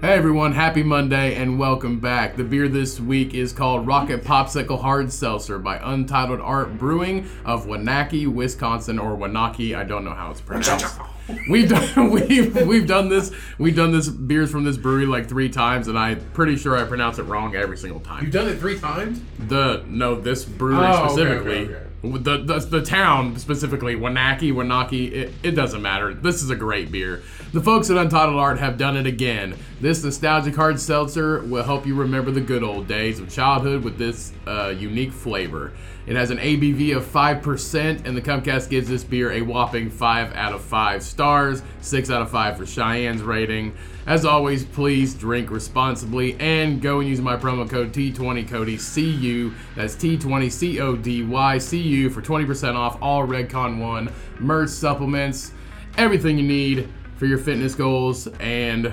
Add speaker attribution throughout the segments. Speaker 1: Hey everyone, happy Monday and welcome back. The beer this week is called Rocket Popsicle Hard Seltzer by Untitled Art Brewing of Wanaki, Wisconsin, or Wanaki. I don't know how it's pronounced. We've done we've we've done this we've done this beers from this brewery like three times, and I'm pretty sure I pronounce it wrong every single time.
Speaker 2: You've done it three times?
Speaker 1: The no, this brewery
Speaker 2: Oh, okay,
Speaker 1: specifically.
Speaker 2: okay,
Speaker 1: The, the, the town specifically, Wanaki, Wanaki, it, it doesn't matter. This is a great beer. The folks at Untitled Art have done it again. This nostalgic hard seltzer will help you remember the good old days of childhood with this uh, unique flavor. It has an ABV of 5%, and the Comcast gives this beer a whopping 5 out of 5 stars, 6 out of 5 for Cheyenne's rating. As always, please drink responsibly and go and use my promo code T20CODYCU. That's T20CODYCU for 20% off all Redcon 1 merch supplements, everything you need for your fitness goals, and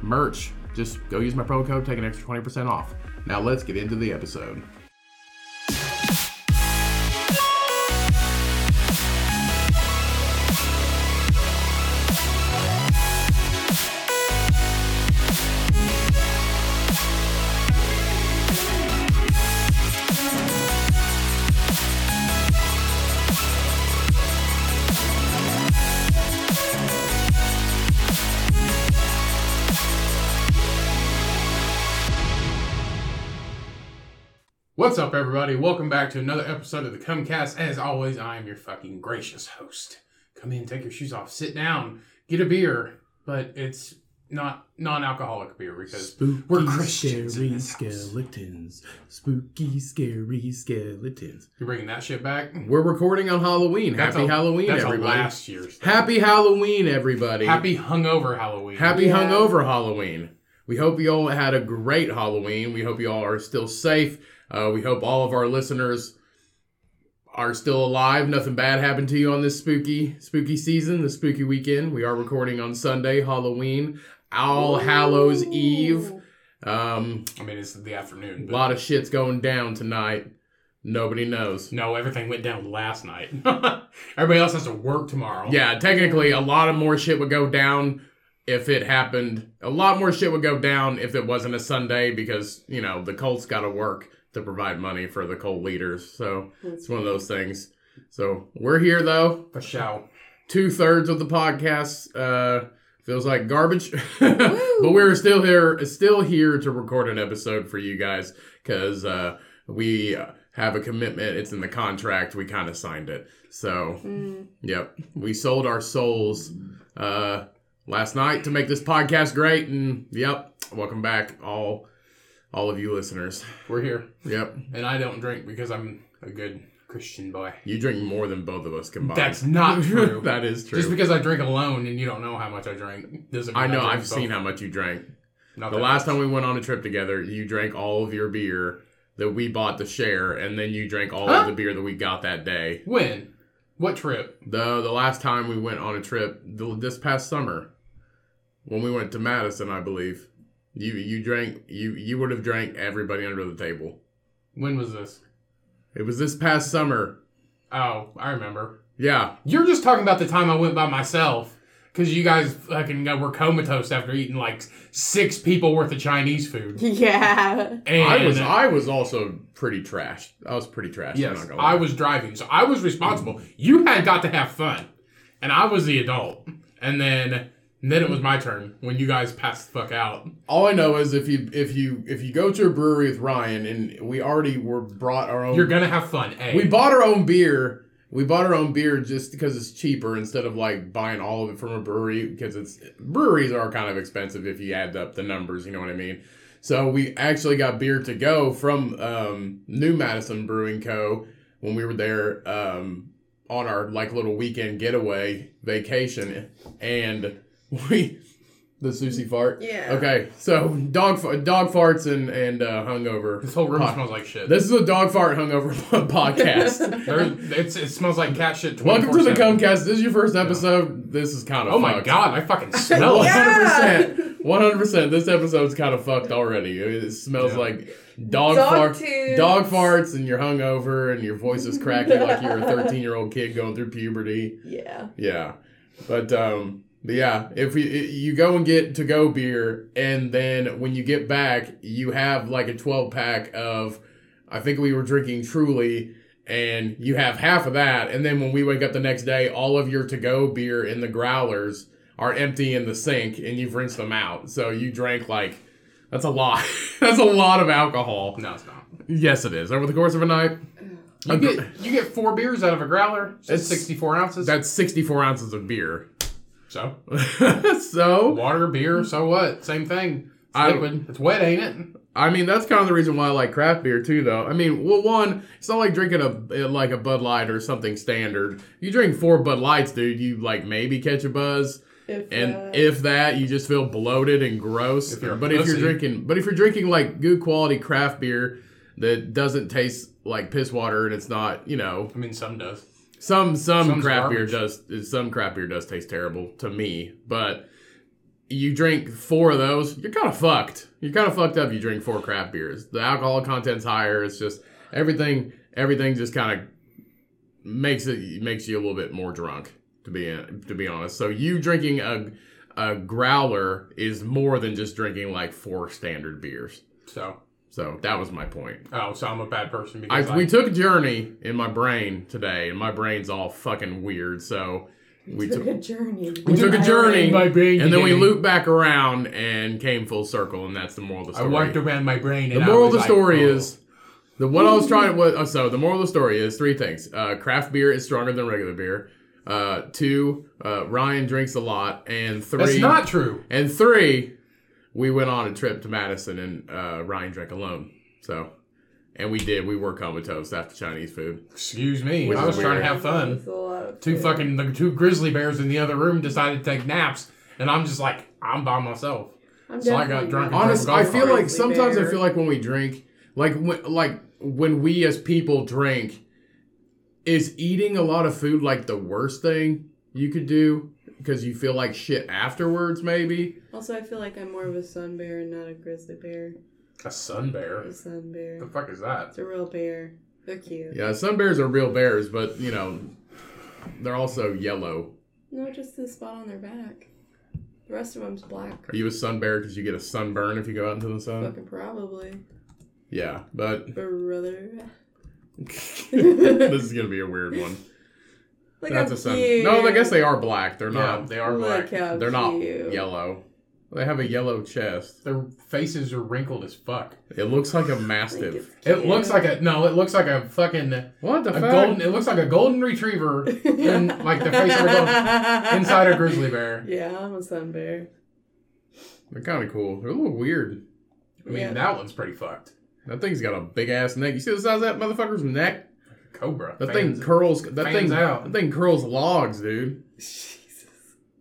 Speaker 1: merch. Just go use my promo code, take an extra 20% off. Now let's get into the episode. What's up, everybody? Welcome back to another episode of the Comcast. As always, I am your fucking gracious host. Come in, take your shoes off, sit down, get a beer, but it's not non-alcoholic beer because we're Christians in this house. skeletons. Spooky, scary skeletons.
Speaker 2: You're bringing that shit back?
Speaker 1: We're recording on Halloween.
Speaker 2: That's
Speaker 1: Happy
Speaker 2: a-
Speaker 1: Halloween,
Speaker 2: that's a
Speaker 1: everybody.
Speaker 2: last year's. thing.
Speaker 1: Happy Halloween, everybody.
Speaker 2: Happy hungover Halloween.
Speaker 1: Happy
Speaker 3: Yeah.
Speaker 1: hungover Halloween. We hope you all had a great Halloween. We hope you all are still safe. Uh, we hope all of our listeners are still alive. Nothing bad happened to you on this spooky, spooky season, the spooky weekend. We are recording on Sunday, Halloween, All Hallows Eve. Um,
Speaker 2: I mean, it's the afternoon.
Speaker 1: a
Speaker 2: But
Speaker 1: lot of shit's going down tonight. Nobody knows.
Speaker 2: no, everything went down last night. Everybody else has to work tomorrow.
Speaker 1: Yeah, technically, a lot of more shit would go down if it happened. A lot more shit would go down if it wasn't a Sunday because, you know, the Colts got to work to provide money for the Colt leaders. So it's one of those things. So we're here, though.
Speaker 2: For show.
Speaker 1: Two thirds of the podcast uh, feels like garbage, but we're still here, still here to record an episode for you guys because uh, we uh, have a commitment. It's in the contract. We kind of signed it. So
Speaker 3: Mm.
Speaker 1: Yep. We sold our souls uh, last night to make this podcast great. And yep, welcome back, all all of you listeners.
Speaker 2: We're here.
Speaker 1: Yep.
Speaker 2: And I don't drink because I'm a good Christian boy.
Speaker 1: You drink more than both of us combined.
Speaker 2: That's not true.
Speaker 1: that is true.
Speaker 2: Just because I drink alone and you don't know how much I drink doesn't mean
Speaker 1: I know,
Speaker 2: drink
Speaker 1: I've seen
Speaker 2: both.
Speaker 1: how much you drank.
Speaker 2: Not
Speaker 1: The
Speaker 2: that
Speaker 1: last
Speaker 2: much.
Speaker 1: time we went on a trip together, you drank all of your beer that we bought to share, and then you drank all of
Speaker 2: Huh?
Speaker 1: the beer that we got that day.
Speaker 2: When? What trip?
Speaker 1: The the last time we went on a trip th this past summer, when we went to Madison, I believe, you you drank you you would have drank everybody under the table.
Speaker 2: When was this?
Speaker 1: It was this past summer.
Speaker 2: Oh, I remember.
Speaker 1: Yeah,
Speaker 2: You're just talking about the time I went by myself because you guys fucking uh, were comatose after eating like six people worth of Chinese food.
Speaker 3: Yeah.
Speaker 2: And uh,
Speaker 1: I was I was also pretty trashed. I was pretty trashed. I'm
Speaker 2: yes,
Speaker 1: not gonna lie.
Speaker 2: I was driving, so I was responsible. You had got to have fun, and I was the adult. And then and then it was my turn when you guys passed the fuck out.
Speaker 1: All I know is if you if you if you go to a brewery with Ryan and we already were brought our own
Speaker 2: You're gonna have fun, eh?
Speaker 1: We bought our own beer. We bought our own beer just because it's cheaper instead of like buying all of it from a brewery because it's breweries are kind of expensive if you add up the numbers, you know what I mean? So we actually got beer to go from um, New Madison Brewing Co. when we were there um, on our like little weekend getaway vacation, and we the sushi fart.
Speaker 3: Yeah.
Speaker 1: Okay, so dog fa- dog farts and and uh, hungover.
Speaker 2: This whole room
Speaker 1: Huh.
Speaker 2: smells like shit.
Speaker 1: This is a dog fart hungover podcast.
Speaker 2: There- it's, it smells like cat shit.
Speaker 1: Welcome to the
Speaker 2: 24/7.
Speaker 1: Comcast. This is your first episode. This is kind of
Speaker 2: Oh my god, I fucking smell
Speaker 1: One
Speaker 2: it.
Speaker 1: hundred percent.
Speaker 3: Yeah.
Speaker 1: One hundred percent. This episode's kind of fucked already. It it smells
Speaker 2: Yeah.
Speaker 1: like dog
Speaker 3: Dog
Speaker 1: fart,
Speaker 3: tubes.
Speaker 1: dog farts, and you're hungover and your voice is cracking like you're a thirteen year old kid going through puberty.
Speaker 3: Yeah.
Speaker 1: Yeah, but um, But yeah, if you, you go and get to go beer, and then when you get back, you have like a 12 pack of, I think we were drinking Truly, and you have half of that. And then when we wake up the next day, all of your to go beer in the growlers are empty in the sink, and you've rinsed them out. So you drank like, that's a lot. that's a lot of alcohol.
Speaker 2: No, it's not.
Speaker 1: Yes, it is. Over the course of a night,
Speaker 2: You get you get four beers out of a growler. So
Speaker 1: It's-
Speaker 2: it's sixty four ounces.
Speaker 1: that's 64 ounces of beer.
Speaker 2: so
Speaker 1: so
Speaker 2: water, beer. So what? Same thing. It's
Speaker 1: I-
Speaker 2: liquid. It's wet, ain't it?
Speaker 1: I mean, that's kind of the reason why I like craft beer too, though. I mean, well, one, it's not like drinking a eh, like a Bud Light or something standard. You drink four Bud Lights, dude. You like maybe catch a buzz,
Speaker 3: If,
Speaker 1: and
Speaker 3: uh,
Speaker 1: if that, you just feel bloated and gross.
Speaker 2: If you're a
Speaker 1: but if you're
Speaker 2: pussy.
Speaker 1: drinking, but if you're drinking like good quality craft beer that doesn't taste like piss water and it's not, you know,
Speaker 2: I mean, some does.
Speaker 1: some some
Speaker 2: Some's
Speaker 1: craft beer
Speaker 2: garbage.
Speaker 1: does some craft beer does taste terrible to me, but you drink four of those, you're kind of fucked. You're kind of fucked up. if You drink four craft beers. The alcohol content's higher. It's just everything. Everything just kind of makes it makes you a little bit more drunk. To be to be honest, so you drinking a a growler is more than just drinking like four standard beers.
Speaker 2: So
Speaker 1: So that was my point.
Speaker 2: oh, so I'm a bad person
Speaker 1: I,
Speaker 2: because I,
Speaker 1: we took a journey in my brain today, and my brain's all fucking weird. So we
Speaker 3: took
Speaker 1: took,
Speaker 3: a journey.
Speaker 1: we took a journey,
Speaker 2: My brain
Speaker 1: and then we
Speaker 2: began.
Speaker 1: looped back around and came full circle, and that's the moral of the
Speaker 2: I
Speaker 1: story.
Speaker 2: wiped around my brain.
Speaker 1: the
Speaker 2: And
Speaker 1: moral
Speaker 2: I
Speaker 1: of
Speaker 2: was
Speaker 1: the
Speaker 2: like,
Speaker 1: story
Speaker 2: oh.
Speaker 1: is the what I was trying. What, oh, so the moral of the story is three things: uh, craft beer is stronger than regular beer. Uh, two, uh, Ryan drinks a lot, and three,
Speaker 2: that's not true.
Speaker 1: and three, we went on a trip to Madison, and uh, Ryan drank alone. So, and we did. We were comatose after Chinese food.
Speaker 2: Excuse me.
Speaker 1: Which
Speaker 2: I
Speaker 1: is
Speaker 2: was trying
Speaker 1: weird.
Speaker 2: to have fun.
Speaker 3: It's a lot of
Speaker 2: Two
Speaker 3: food.
Speaker 2: fucking the two grizzly bears in the other room decided to take naps, and I'm just like I'm by myself.
Speaker 3: I'm
Speaker 2: so I got
Speaker 3: definitely
Speaker 2: drunk
Speaker 3: not
Speaker 2: and
Speaker 1: Honest,
Speaker 2: drove
Speaker 1: I
Speaker 2: golf
Speaker 1: feel
Speaker 2: cart.
Speaker 1: like
Speaker 3: Grizzly
Speaker 1: sometimes I
Speaker 3: bear.
Speaker 1: feel like when we drink, like when, like when we as people drink, is eating a lot of food like the worst thing you could do because you feel like shit afterwards. Maybe
Speaker 3: Also, I feel like I'm more of a sun bear and not a grizzly bear.
Speaker 2: A sun bear.
Speaker 3: A sun
Speaker 2: The
Speaker 3: bear.
Speaker 2: fuck is that?
Speaker 3: It's a real bear. They're cute.
Speaker 1: yeah, some bears are real bears, but you know they're also yellow.
Speaker 3: No, just the spot on their back. The rest of them's black.
Speaker 1: Are you a sun bear because you get a sunburn if you go out into the sun?
Speaker 3: Fucking probably.
Speaker 1: Yeah, but
Speaker 3: Brother.
Speaker 1: this
Speaker 3: like
Speaker 1: is gonna be a weird one.
Speaker 3: That's
Speaker 1: That's
Speaker 3: how
Speaker 1: a sun.
Speaker 3: a cute.
Speaker 1: No, I guess they are black. They're
Speaker 2: Yeah,
Speaker 1: not.
Speaker 2: they are black.
Speaker 3: Look how
Speaker 1: They're not
Speaker 3: cute.
Speaker 1: yellow. They have a yellow chest.
Speaker 2: Their faces are wrinkled as fuck.
Speaker 1: It looks like a
Speaker 3: I think
Speaker 1: mastiff.
Speaker 3: it's
Speaker 2: It looks
Speaker 3: cute.
Speaker 2: like a no. It looks like a fucking a
Speaker 1: What the fuck?
Speaker 2: golden. It looks like a golden retriever in like the face of a golden, inside a grizzly bear.
Speaker 3: Yeah, I'm a sun bear.
Speaker 1: They're kind of cool. They're a little weird.
Speaker 2: I mean
Speaker 3: Yeah.
Speaker 2: that one's pretty fucked.
Speaker 1: That thing's got a big ass neck. You see the size of that motherfucker's neck?
Speaker 2: Cobra.
Speaker 1: That
Speaker 2: Fans-
Speaker 1: thing curls. That
Speaker 2: fans
Speaker 1: thing.
Speaker 2: out.
Speaker 1: That thing curls logs, dude,
Speaker 3: Jesus.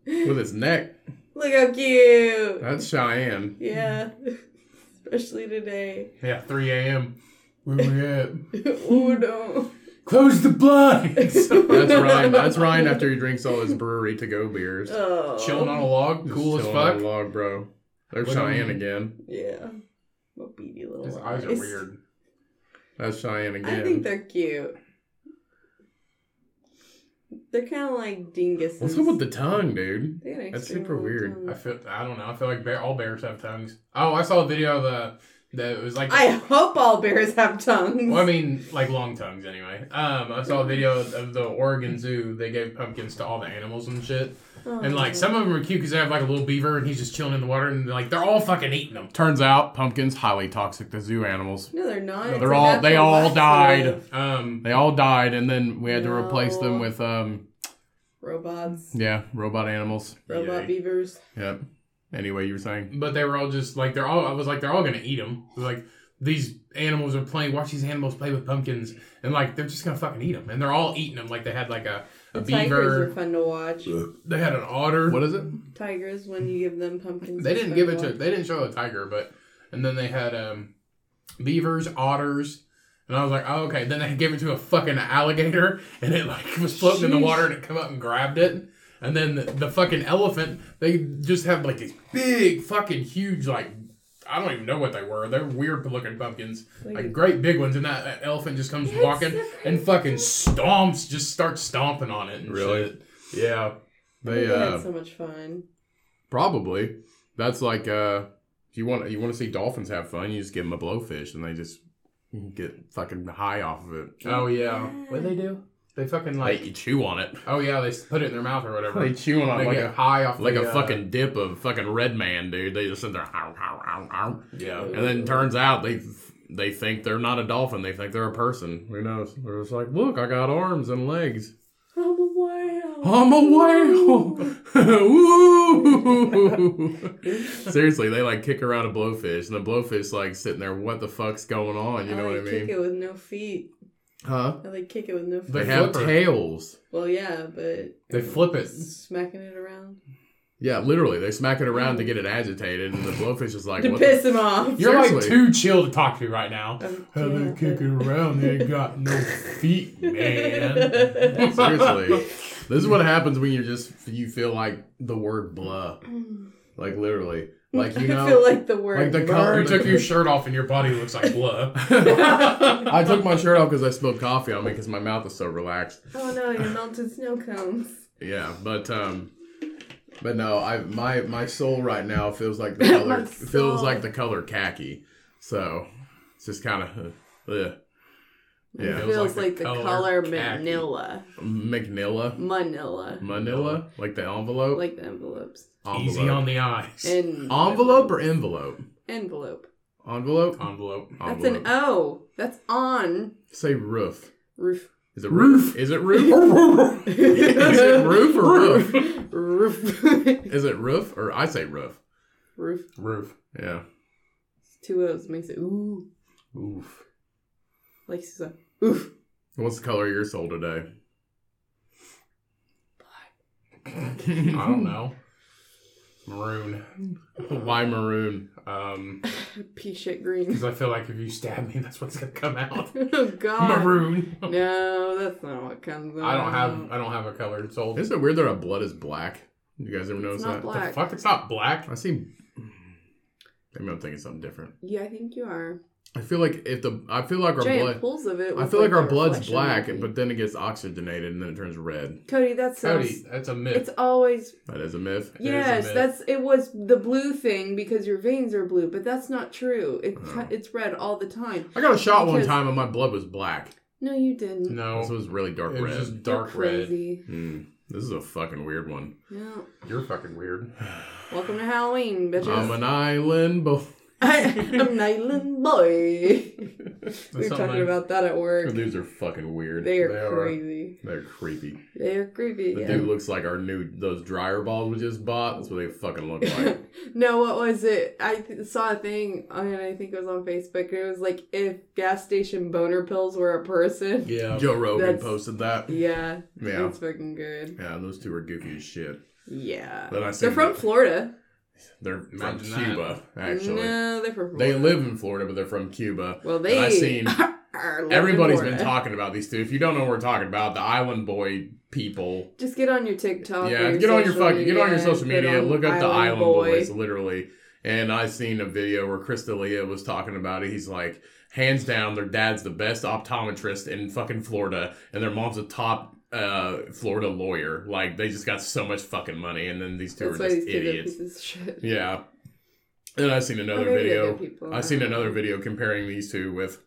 Speaker 1: with its neck.
Speaker 3: Look how cute.
Speaker 1: That's Cheyenne.
Speaker 3: Yeah. Especially today.
Speaker 2: Yeah. 3 a.m. Where we at?
Speaker 3: oh no.
Speaker 2: Close the blinds.
Speaker 1: That's Ryan. That's Ryan after he drinks all his brewery to go beers.
Speaker 3: Oh.
Speaker 2: Chilling on a log,
Speaker 1: Just
Speaker 2: cool as
Speaker 1: chilling on
Speaker 2: fuck.
Speaker 1: a Log, bro. There's
Speaker 2: Look at
Speaker 1: Cheyenne
Speaker 2: him.
Speaker 1: again.
Speaker 3: Yeah. Well, beady little
Speaker 2: His eyes are weird.
Speaker 1: That's Cheyenne again.
Speaker 3: I think they're cute. They're kind of like dinguses.
Speaker 1: What's up with the tongue, dude?
Speaker 3: They got an
Speaker 1: That's
Speaker 3: extra
Speaker 1: super
Speaker 3: long
Speaker 1: weird.
Speaker 3: tongue.
Speaker 2: I feel. I don't know. I feel like bear, all bears have tongues. Oh, I saw a video of a that it was like.
Speaker 3: I hope all bears have tongues.
Speaker 2: well, I mean, like long tongues anyway. Um, I saw a video of the Oregon Zoo. They gave pumpkins to all the animals and shit.
Speaker 3: Oh.
Speaker 2: And like some of them are cute because they have like a little beaver and he's just chilling in the water and like they're all fucking eating them.
Speaker 1: Turns out pumpkins highly toxic to zoo animals.
Speaker 3: No, they're not.
Speaker 1: No,
Speaker 3: It's
Speaker 1: they're
Speaker 3: a
Speaker 1: all- they
Speaker 3: natural
Speaker 1: all
Speaker 3: life
Speaker 1: died.
Speaker 3: of
Speaker 2: Um,
Speaker 1: They all died, and then we had to replace them
Speaker 3: No.
Speaker 1: with um,
Speaker 3: Robots.
Speaker 1: yeah, robot animals.
Speaker 3: Robot
Speaker 2: Yay.
Speaker 3: beavers.
Speaker 1: Yep. Anyway, you were saying
Speaker 2: but they were all just like they're all. I was like they're all gonna eat them. Like these animals are playing. Watch these animals play with pumpkins and like they're just gonna fucking eat them. And they're all eating them. Like they had like a, a
Speaker 3: The tigers are
Speaker 2: beaver.
Speaker 3: fun to watch.
Speaker 2: They had an otter.
Speaker 1: what is it?
Speaker 3: Tigers, when you give them pumpkins.
Speaker 2: They
Speaker 3: it's
Speaker 2: didn't
Speaker 3: fun
Speaker 2: give it to.
Speaker 3: watch.
Speaker 2: They didn't show a tiger, but and then they had um, beavers, otters, and I was like, oh, okay. Then they gave it to a fucking alligator, and it like was floating in the
Speaker 3: Sheesh.
Speaker 2: water, and it come up and grabbed it. And then the, the fucking elephant, they just have like these big fucking huge like. I don't even know what they were. They're weird looking pumpkins,
Speaker 3: Like-
Speaker 2: like great big ones, and that, that elephant just comes
Speaker 3: That's
Speaker 2: walking
Speaker 3: so
Speaker 2: and fucking stomps, just starts stomping on it. And
Speaker 1: Really?
Speaker 2: shit. Yeah.
Speaker 1: They
Speaker 3: they had
Speaker 1: uh,
Speaker 3: so much fun.
Speaker 1: probably that's like uh, if you want you want to see dolphins have fun, you just give them a blowfish and they just get fucking high off of it.
Speaker 2: Oh yeah. What
Speaker 3: Yeah.
Speaker 2: they do? They fucking
Speaker 1: Like
Speaker 2: like.
Speaker 1: you chew on it.
Speaker 2: Oh yeah, they s- put it in their mouth or whatever.
Speaker 1: They chew on it
Speaker 2: They
Speaker 1: like
Speaker 2: get
Speaker 1: a
Speaker 2: high off
Speaker 1: like
Speaker 2: the,
Speaker 1: a
Speaker 2: uh,
Speaker 1: fucking dip of fucking Red Man, dude. They just sit there, "Ow, ow, ow, ow."
Speaker 2: yeah.
Speaker 1: and then turns out they they think they're not a dolphin. They think they're a person. Who knows? They're just like, look, I got arms and legs.
Speaker 3: I'm a whale. Oh,
Speaker 1: I'm a whale. Ooh. Seriously, they like kick around a blowfish, and the blowfish like sitting there, what the fuck's going on? You know
Speaker 3: I
Speaker 1: what
Speaker 3: like
Speaker 1: I
Speaker 3: Oh, kick
Speaker 1: mean?
Speaker 3: it with no feet.
Speaker 1: Huh?
Speaker 3: I like kick it with no feet.
Speaker 2: The
Speaker 1: They have
Speaker 2: flipper.
Speaker 1: tails.
Speaker 3: well, yeah, but
Speaker 2: They flip it.
Speaker 3: smacking it around
Speaker 1: Yeah, literally, they smack it around to get it agitated, and the blowfish is like,
Speaker 3: to
Speaker 1: what the
Speaker 3: piss him off.
Speaker 1: Yeah.
Speaker 2: You're like
Speaker 1: Seriously.
Speaker 2: too chill to talk to right now.
Speaker 3: I'm
Speaker 2: How they
Speaker 3: down.
Speaker 2: kicking around? They ain't got no feet, man.
Speaker 1: Seriously, this is what happens when you're just you feel like the word blah, like literally, like you know.
Speaker 3: Mm. I feel like the word.
Speaker 1: like the
Speaker 3: murder.
Speaker 1: color
Speaker 2: You took your shirt off and your body looks like blood.
Speaker 1: I took my shirt off because I spilled coffee on me because my mouth is so relaxed.
Speaker 3: Oh no, you melted snow cones.
Speaker 1: Yeah, but um, but no, I my my soul right now feels like the
Speaker 3: My
Speaker 1: color
Speaker 3: soul.
Speaker 1: feels like the color khaki. So it's just kind of uh, ugh.
Speaker 3: it
Speaker 1: yeah,
Speaker 2: Feels
Speaker 3: feels
Speaker 2: like
Speaker 3: like,
Speaker 2: the
Speaker 3: the
Speaker 2: color
Speaker 3: color,
Speaker 2: khaki.
Speaker 3: manila.
Speaker 1: Manila,
Speaker 3: Manila.
Speaker 1: Manila, like the envelope,
Speaker 3: Like the envelopes.
Speaker 2: Easy on the eyes.
Speaker 3: And
Speaker 1: envelope or envelope,
Speaker 3: envelope.
Speaker 1: envelope,
Speaker 2: Envelope.
Speaker 3: That's
Speaker 1: envelope.
Speaker 3: an O. That's on
Speaker 1: Say roof.
Speaker 3: roof.
Speaker 1: Is it roof? Is it roof?
Speaker 3: roof.
Speaker 1: Is it roof or roof?
Speaker 3: roof.
Speaker 1: Is it roof or I say roof?
Speaker 2: Roof.
Speaker 1: Yeah.
Speaker 3: Two O's makes it ooh.
Speaker 2: Oof.
Speaker 3: Like Susan. Oof.
Speaker 1: What's the color of your soul today?
Speaker 2: I don't know. Maroon.
Speaker 1: Why maroon?
Speaker 2: Um,
Speaker 3: Pea shit green.
Speaker 2: because I feel like if you stab me, that's what's gonna come out.
Speaker 3: oh god.
Speaker 2: Maroon.
Speaker 3: No, that's not what comes out.
Speaker 2: I don't
Speaker 3: Um,
Speaker 2: have. I don't have a colored soul.
Speaker 1: Isn't it weird that our blood is black? You guys ever notice
Speaker 3: It's not
Speaker 1: that?
Speaker 2: The
Speaker 3: black.
Speaker 2: fuck, it's not black.
Speaker 1: I see. Maybe I'm thinking something different.
Speaker 3: Yeah, I think you are.
Speaker 1: I feel like if the I feel like our
Speaker 3: Giant
Speaker 1: blood.
Speaker 3: pools of it.
Speaker 1: I
Speaker 3: with,
Speaker 1: feel like our
Speaker 3: the
Speaker 1: blood's
Speaker 3: reflection.
Speaker 1: black, but then it gets oxygenated and then it turns red.
Speaker 3: Cody, that sounds.
Speaker 2: Cody, that's a myth.
Speaker 3: It's always
Speaker 1: That is a myth.
Speaker 2: is a
Speaker 3: Yes,
Speaker 2: myth.
Speaker 3: that's it was the blue thing because your veins are blue, but that's not true. It
Speaker 2: Hmm.
Speaker 1: Oh.
Speaker 3: it's red all the time.
Speaker 1: I got a shot one
Speaker 3: Because-
Speaker 1: time and my blood was black.
Speaker 3: No, you didn't.
Speaker 2: no,
Speaker 1: This was really dark
Speaker 2: it was
Speaker 1: red.
Speaker 2: just
Speaker 3: You're
Speaker 2: dark red.
Speaker 3: crazy.
Speaker 1: Hmm. this is a fucking weird one.
Speaker 3: No.
Speaker 2: You're fucking weird.
Speaker 3: Welcome to Halloween,
Speaker 1: I'm
Speaker 3: bitches.
Speaker 1: an island boy.
Speaker 3: I, am an island boy. we were
Speaker 2: That's
Speaker 3: talking
Speaker 2: something-
Speaker 3: about that at work.
Speaker 1: These are fucking weird.
Speaker 3: They are
Speaker 2: They are.
Speaker 3: crazy.
Speaker 1: They're creepy.
Speaker 3: They are creepy.
Speaker 1: The
Speaker 3: yeah.
Speaker 1: dude looks like our new those dryer balls we just bought. That's what they fucking look like.
Speaker 3: no, what was it? I th- saw a thing, on I think it was on Facebook, and it was like if gas station boner pills were a person.
Speaker 2: Yeah.
Speaker 1: Joe Rogan
Speaker 3: That's-
Speaker 1: posted that.
Speaker 3: Yeah,
Speaker 1: Yeah,
Speaker 3: it's fucking good.
Speaker 1: yeah, those two are goofy as shit.
Speaker 3: Yeah,
Speaker 1: Then I
Speaker 3: they're
Speaker 1: seen
Speaker 3: from Florida.
Speaker 1: They're from
Speaker 2: Imagine that.
Speaker 1: Cuba, actually.
Speaker 3: No, they're from
Speaker 1: They
Speaker 3: Florida.
Speaker 1: live in Florida, but they're from Cuba.
Speaker 3: Well, they.
Speaker 1: I seen-
Speaker 3: are living
Speaker 1: Everybody's
Speaker 3: Florida.
Speaker 1: been talking about these two. If you don't know what we're talking about, the Island Boy people.
Speaker 3: Just get on your TikTok. or
Speaker 1: yeah, get on your
Speaker 3: social
Speaker 1: fucking, get on your
Speaker 3: media,
Speaker 1: social
Speaker 3: put
Speaker 1: media.
Speaker 3: on
Speaker 1: Look up the Island
Speaker 3: Boy.
Speaker 1: Boys, literally. And I seen a video where Chris D'Elia was talking about it. He's like, hands down, their dad's the best optometrist in fucking Florida, and their mom's a top uh, Florida lawyer. Like they just got so much fucking money, and then these two
Speaker 3: That's
Speaker 1: are
Speaker 3: why
Speaker 1: just
Speaker 3: these kids are
Speaker 1: idiots.
Speaker 3: pieces of shit.
Speaker 1: Yeah. And I seen another
Speaker 3: Or maybe they're
Speaker 1: video.
Speaker 3: good people.
Speaker 1: I seen another video comparing these two with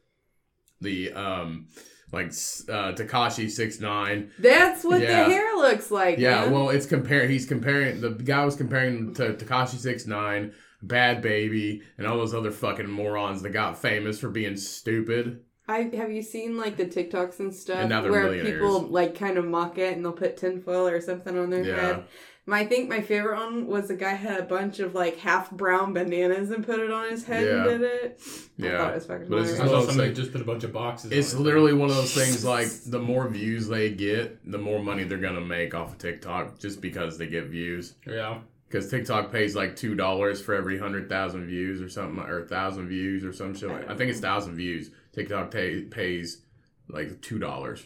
Speaker 1: the um like s- uh Takashi 69.
Speaker 3: That's what
Speaker 1: Yeah.
Speaker 3: the hair looks like.
Speaker 1: Yeah,
Speaker 3: man.
Speaker 1: well, it's comparing he's comparing the guy was comparing to Takashi 69, Bad Baby, and all those other fucking morons that got famous for being stupid.
Speaker 3: I have you seen like the TikToks and stuff
Speaker 1: And now they're
Speaker 3: where
Speaker 1: millionaires.
Speaker 3: people like kind of mock it and they'll put tinfoil or something on their
Speaker 1: Yeah.
Speaker 3: head. My, I think my favorite one was the guy had a bunch of like half brown bananas and put it on his head
Speaker 1: Yeah.
Speaker 3: and did it. I
Speaker 1: Yeah.
Speaker 3: thought it was fucking
Speaker 1: But it's
Speaker 2: I
Speaker 1: just
Speaker 2: saw
Speaker 1: Well, it's
Speaker 2: somebody
Speaker 1: like-
Speaker 2: just put a bunch of boxes.
Speaker 1: It's
Speaker 2: on it.
Speaker 1: literally one of those things like the more views they get, the more money they're going to make off of TikTok just because they get views.
Speaker 2: Yeah.
Speaker 1: Because TikTok pays like two dollars for every hundred thousand views or something, or thousand views or some shit. Like, I think it's thousand views. TikTok pay, pays like two dollars.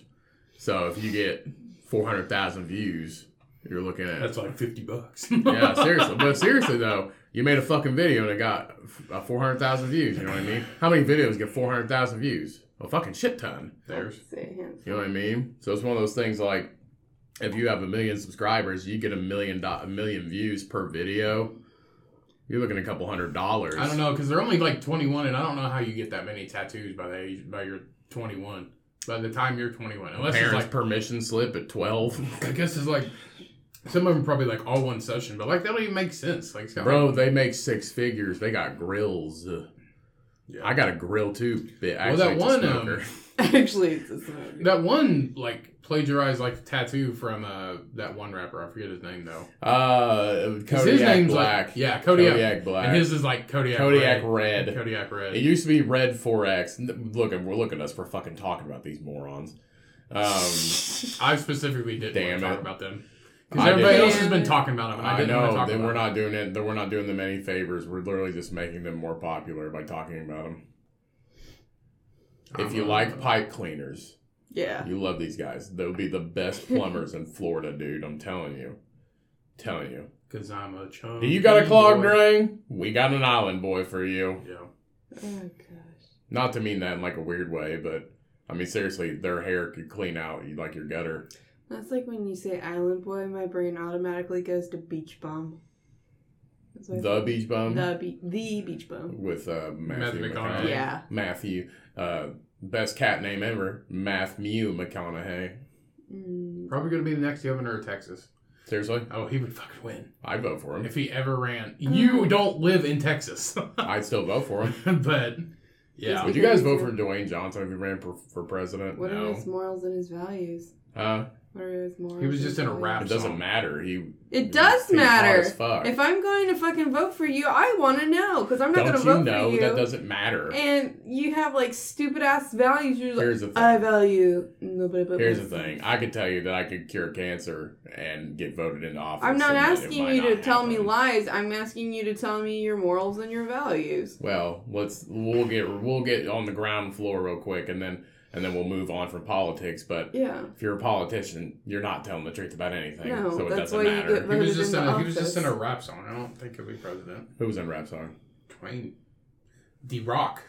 Speaker 1: So if you get four hundred thousand views, you're looking at
Speaker 2: That's like fifty bucks.
Speaker 1: yeah, seriously. But seriously though, you made a fucking video and it got uh, four hundred thousand views. You know what I mean? How many videos get four hundred thousand views? A fucking shit ton.
Speaker 2: There's.
Speaker 3: Say hands.
Speaker 1: You know what I mean? So it's one of those things like if you have a million subscribers, you get a million do- a million views per video. You're looking at a couple hundred dollars.
Speaker 2: I don't know because they're only like 21, and I don't know how you get that many tattoos by the age by your 21. By the time you're 21, unless it's
Speaker 1: Parents
Speaker 2: like
Speaker 1: permission slip at twelve.
Speaker 2: I guess it's like some of them probably like all one session, but like that don't even make sense. Like, it's got-
Speaker 1: Bro, they make six figures. They got grills. Ugh.
Speaker 2: Yeah.
Speaker 1: I got a grill too. Bit
Speaker 2: Well,
Speaker 1: actually,
Speaker 2: that
Speaker 1: it's a
Speaker 2: one,
Speaker 1: smoker.
Speaker 2: um,
Speaker 3: Actually, it's a smoke.
Speaker 2: that one like plagiarized like tattoo from uh that one rapper. I forget his name though.
Speaker 1: uh,
Speaker 2: 'Cause
Speaker 1: Kodiak
Speaker 2: his name's
Speaker 1: Black.
Speaker 2: like yeah Kodiak,
Speaker 1: Kodiak, Black.
Speaker 2: and his is like Kodiak
Speaker 1: Kodiak
Speaker 2: Red.
Speaker 1: Red.
Speaker 2: Kodiak Red.
Speaker 1: It used to be Red 4X. N- Look, we're looking at us for fucking talking about these morons. Um,
Speaker 2: I specifically didn't
Speaker 1: Damn
Speaker 2: want to
Speaker 1: it.
Speaker 2: talk about them because
Speaker 1: I
Speaker 2: everybody
Speaker 3: didn't.
Speaker 2: else has been talking about them. And I,
Speaker 1: I
Speaker 2: didn't want to
Speaker 1: know
Speaker 2: talk
Speaker 1: that
Speaker 2: about
Speaker 1: we're
Speaker 2: them.
Speaker 1: not doing it. That we're not doing them any favors. We're literally just making them more popular by talking about them. If you
Speaker 2: Um,
Speaker 1: like pipe cleaners,
Speaker 3: Yeah.
Speaker 1: You love these guys. They'll be the best plumbers in Florida, dude. I'm telling you. Telling you.
Speaker 2: Because I'm a chum.
Speaker 1: Do you got a clogged
Speaker 2: Oh, boy.
Speaker 1: drain? We got an island boy for you.
Speaker 2: Yeah.
Speaker 3: Oh gosh.
Speaker 1: Not to mean that in like a weird way, but I mean seriously, their hair could clean out like your gutter.
Speaker 3: That's like when you say Island Boy, my brain automatically goes to Beach Bum. That's what I
Speaker 1: The beach bum
Speaker 3: the be- the Beach Bum.
Speaker 1: with uh, Matthew,
Speaker 2: Matthew
Speaker 1: McConaughey.
Speaker 2: McConaughey.
Speaker 3: Yeah.
Speaker 1: Matthew, uh, best cat name ever, Matthew McConaughey.
Speaker 3: Mm.
Speaker 2: Probably going to be the next governor of Texas.
Speaker 1: Seriously,
Speaker 2: Oh, he would fucking win
Speaker 1: I vote for him.
Speaker 2: if he ever ran. You don't live in Texas,
Speaker 1: I'd still vote for him.
Speaker 2: but yeah,
Speaker 1: Would you guys vote for Dwayne Johnson if he ran for, for president?
Speaker 3: What are
Speaker 1: no.
Speaker 3: his morals and his values?
Speaker 1: Huh?
Speaker 3: What are his morals?
Speaker 2: He was
Speaker 3: and
Speaker 2: just in a
Speaker 3: values?
Speaker 2: rap
Speaker 1: It doesn't
Speaker 2: song.
Speaker 1: matter. He
Speaker 3: It does
Speaker 1: He's hot
Speaker 3: matter.
Speaker 1: as fuck.
Speaker 3: If I'm going to fucking vote for you, I want to know because I'm
Speaker 1: Don't
Speaker 3: not going to
Speaker 1: you
Speaker 3: vote
Speaker 1: know
Speaker 3: for you.
Speaker 1: that doesn't matter?
Speaker 3: and you have like stupid ass values. You're like,
Speaker 1: Here's the
Speaker 3: I
Speaker 1: thing.
Speaker 3: value nobody but
Speaker 1: Here's the
Speaker 3: myself."
Speaker 1: thing. I could tell you that I could cure cancer and get voted into office.
Speaker 3: I'm not
Speaker 1: and it
Speaker 3: asking
Speaker 1: might
Speaker 3: you
Speaker 1: not
Speaker 3: to tell me
Speaker 1: happen.
Speaker 3: lies. I'm asking you to tell me your morals and your values.
Speaker 1: Well, let's we'll get we'll get on the ground floor real quick, and then and then we'll move on from politics. But
Speaker 3: Yeah.
Speaker 1: if you're a politician, you're not telling the truth about anything,
Speaker 3: No,
Speaker 1: so it
Speaker 3: that's
Speaker 1: doesn't
Speaker 3: why you
Speaker 1: matter.
Speaker 3: get
Speaker 2: he
Speaker 3: voted
Speaker 2: was just in
Speaker 3: into
Speaker 2: a, he was just in a
Speaker 3: office.
Speaker 2: rap song. I don't think he'll be president.
Speaker 1: Who was in rap song?
Speaker 2: Twain, D Rock.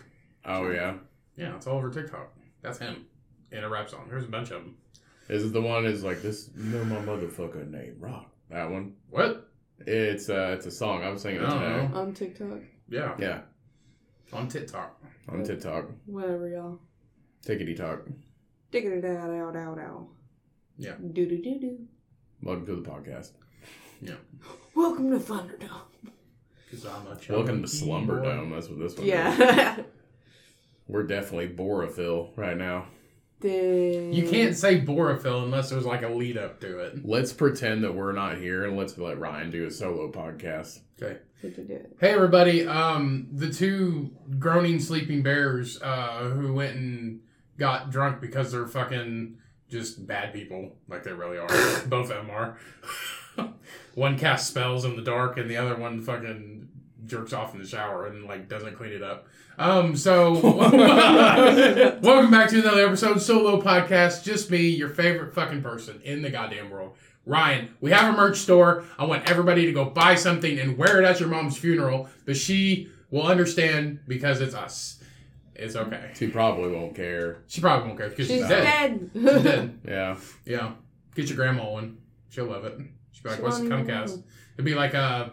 Speaker 1: Oh yeah,
Speaker 2: Yeah, it's all over TikTok. That's him in a rap song. There's a bunch of them.
Speaker 1: is it the one is like this? No, my motherfucker name Rock. That one.
Speaker 2: What?
Speaker 1: It's uh, it's a song I was singing it
Speaker 2: I don't
Speaker 1: today.
Speaker 2: know.
Speaker 3: On TikTok,
Speaker 2: Yeah,
Speaker 1: Yeah,
Speaker 2: on TikTok.
Speaker 1: on TikTok,
Speaker 3: whatever y'all.
Speaker 1: tickety talk.
Speaker 3: Digging it out, out, out, out.
Speaker 2: Yeah.
Speaker 3: Doo doo doo doo.
Speaker 1: Welcome to the podcast.
Speaker 3: Welcome to Thunderdome.
Speaker 2: Because I'm a chum.
Speaker 1: Welcome to Slumber Dome. That's what this one is.
Speaker 3: Yeah.
Speaker 1: We're definitely Borophil right now.
Speaker 3: Dang.
Speaker 2: You can't say Borophil unless there's like a lead up to it.
Speaker 1: Let's pretend that we're not here and let's let Ryan do a solo podcast.
Speaker 2: Okay.
Speaker 3: Good to do it.
Speaker 2: Hey everybody! Um, the two groaning sleeping bears uh, who went and got drunk because they're fucking just bad people, like they really are. Both of them are. one casts spells in the dark, and the other one fucking jerks off in the shower and like doesn't clean it up. Um, so welcome back to another episode solo podcast. Just me, your favorite fucking person in the goddamn world. Ryan, we have a merch store. I want everybody to go buy something and wear it at your mom's funeral, but she will understand because it's us. It's okay.
Speaker 1: She probably won't care.
Speaker 2: She probably won't care because she's,
Speaker 3: She's
Speaker 2: dead.
Speaker 3: dead.
Speaker 2: She's dead.
Speaker 1: Yeah.
Speaker 2: Yeah. Get your grandma one. She'll love it. She'll be like,
Speaker 3: She
Speaker 2: what's the
Speaker 3: won't even
Speaker 2: Comcast?
Speaker 3: know.
Speaker 2: It'd be like uh,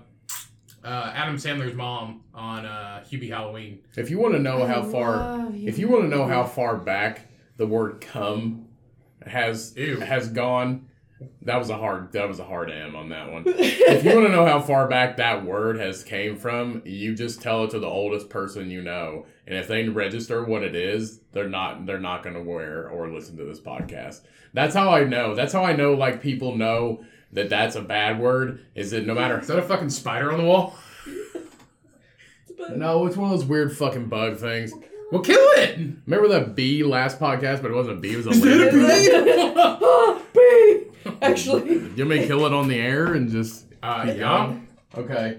Speaker 2: uh, Adam Sandler's mom on uh, Hubie Halloween.
Speaker 1: If you want to know how
Speaker 3: I
Speaker 1: far
Speaker 3: love you.
Speaker 1: if you want to know how far back the word come has
Speaker 2: Ew.
Speaker 1: has gone, that was a hard that was a hard M on that one. if you want to know how far back that word has came from, you just tell it to the oldest person you know, and if they register what it is, they're not they're not going to wear or listen to this podcast. That's how I know. That's how I know. Like people know that that's a bad word. Is that no matter
Speaker 2: Is that a fucking spider on the wall?
Speaker 1: no, it's one of those weird fucking bug things.
Speaker 2: Well, kill it!
Speaker 1: Remember that bee last podcast, but it wasn't a bee. It was a
Speaker 2: that a
Speaker 1: lizard.
Speaker 3: Ah, bee. Actually.
Speaker 1: You may kill it on the air and just
Speaker 2: Uh, yeah.
Speaker 1: okay.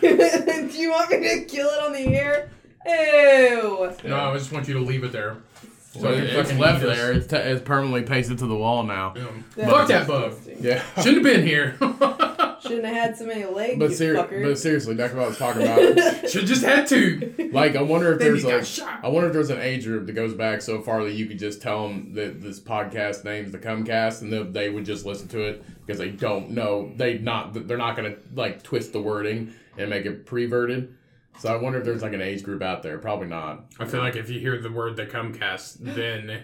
Speaker 3: Do you want me to kill it on the air? Ew.
Speaker 2: No, I just want you to leave it there. So
Speaker 1: So
Speaker 2: I can
Speaker 1: it's
Speaker 2: fucking
Speaker 1: left
Speaker 2: eat this.
Speaker 1: there. It's, t- it's permanently pasted to the wall now.
Speaker 2: Um,
Speaker 3: That's
Speaker 2: Fuck that bug.
Speaker 3: disgusting.
Speaker 1: Yeah.
Speaker 2: Shouldn't have been here.
Speaker 3: Shouldn't have had so many legs,
Speaker 1: But,
Speaker 3: you
Speaker 1: ser-
Speaker 3: fucker.
Speaker 1: but seriously, back to what I was talking about.
Speaker 2: Should just had to.
Speaker 1: like, I wonder if
Speaker 2: Then
Speaker 1: there's
Speaker 2: you got
Speaker 1: like,
Speaker 2: shot.
Speaker 1: I wonder if there's an age group that goes back so far that you could just tell them that this podcast name's the Cumcast, and that they would just listen to it because they don't know they not they're not gonna like twist the wording and make it preverted. So I wonder if there's like an age group out there. Probably not.
Speaker 2: I feel like if you hear the word the Comcast, then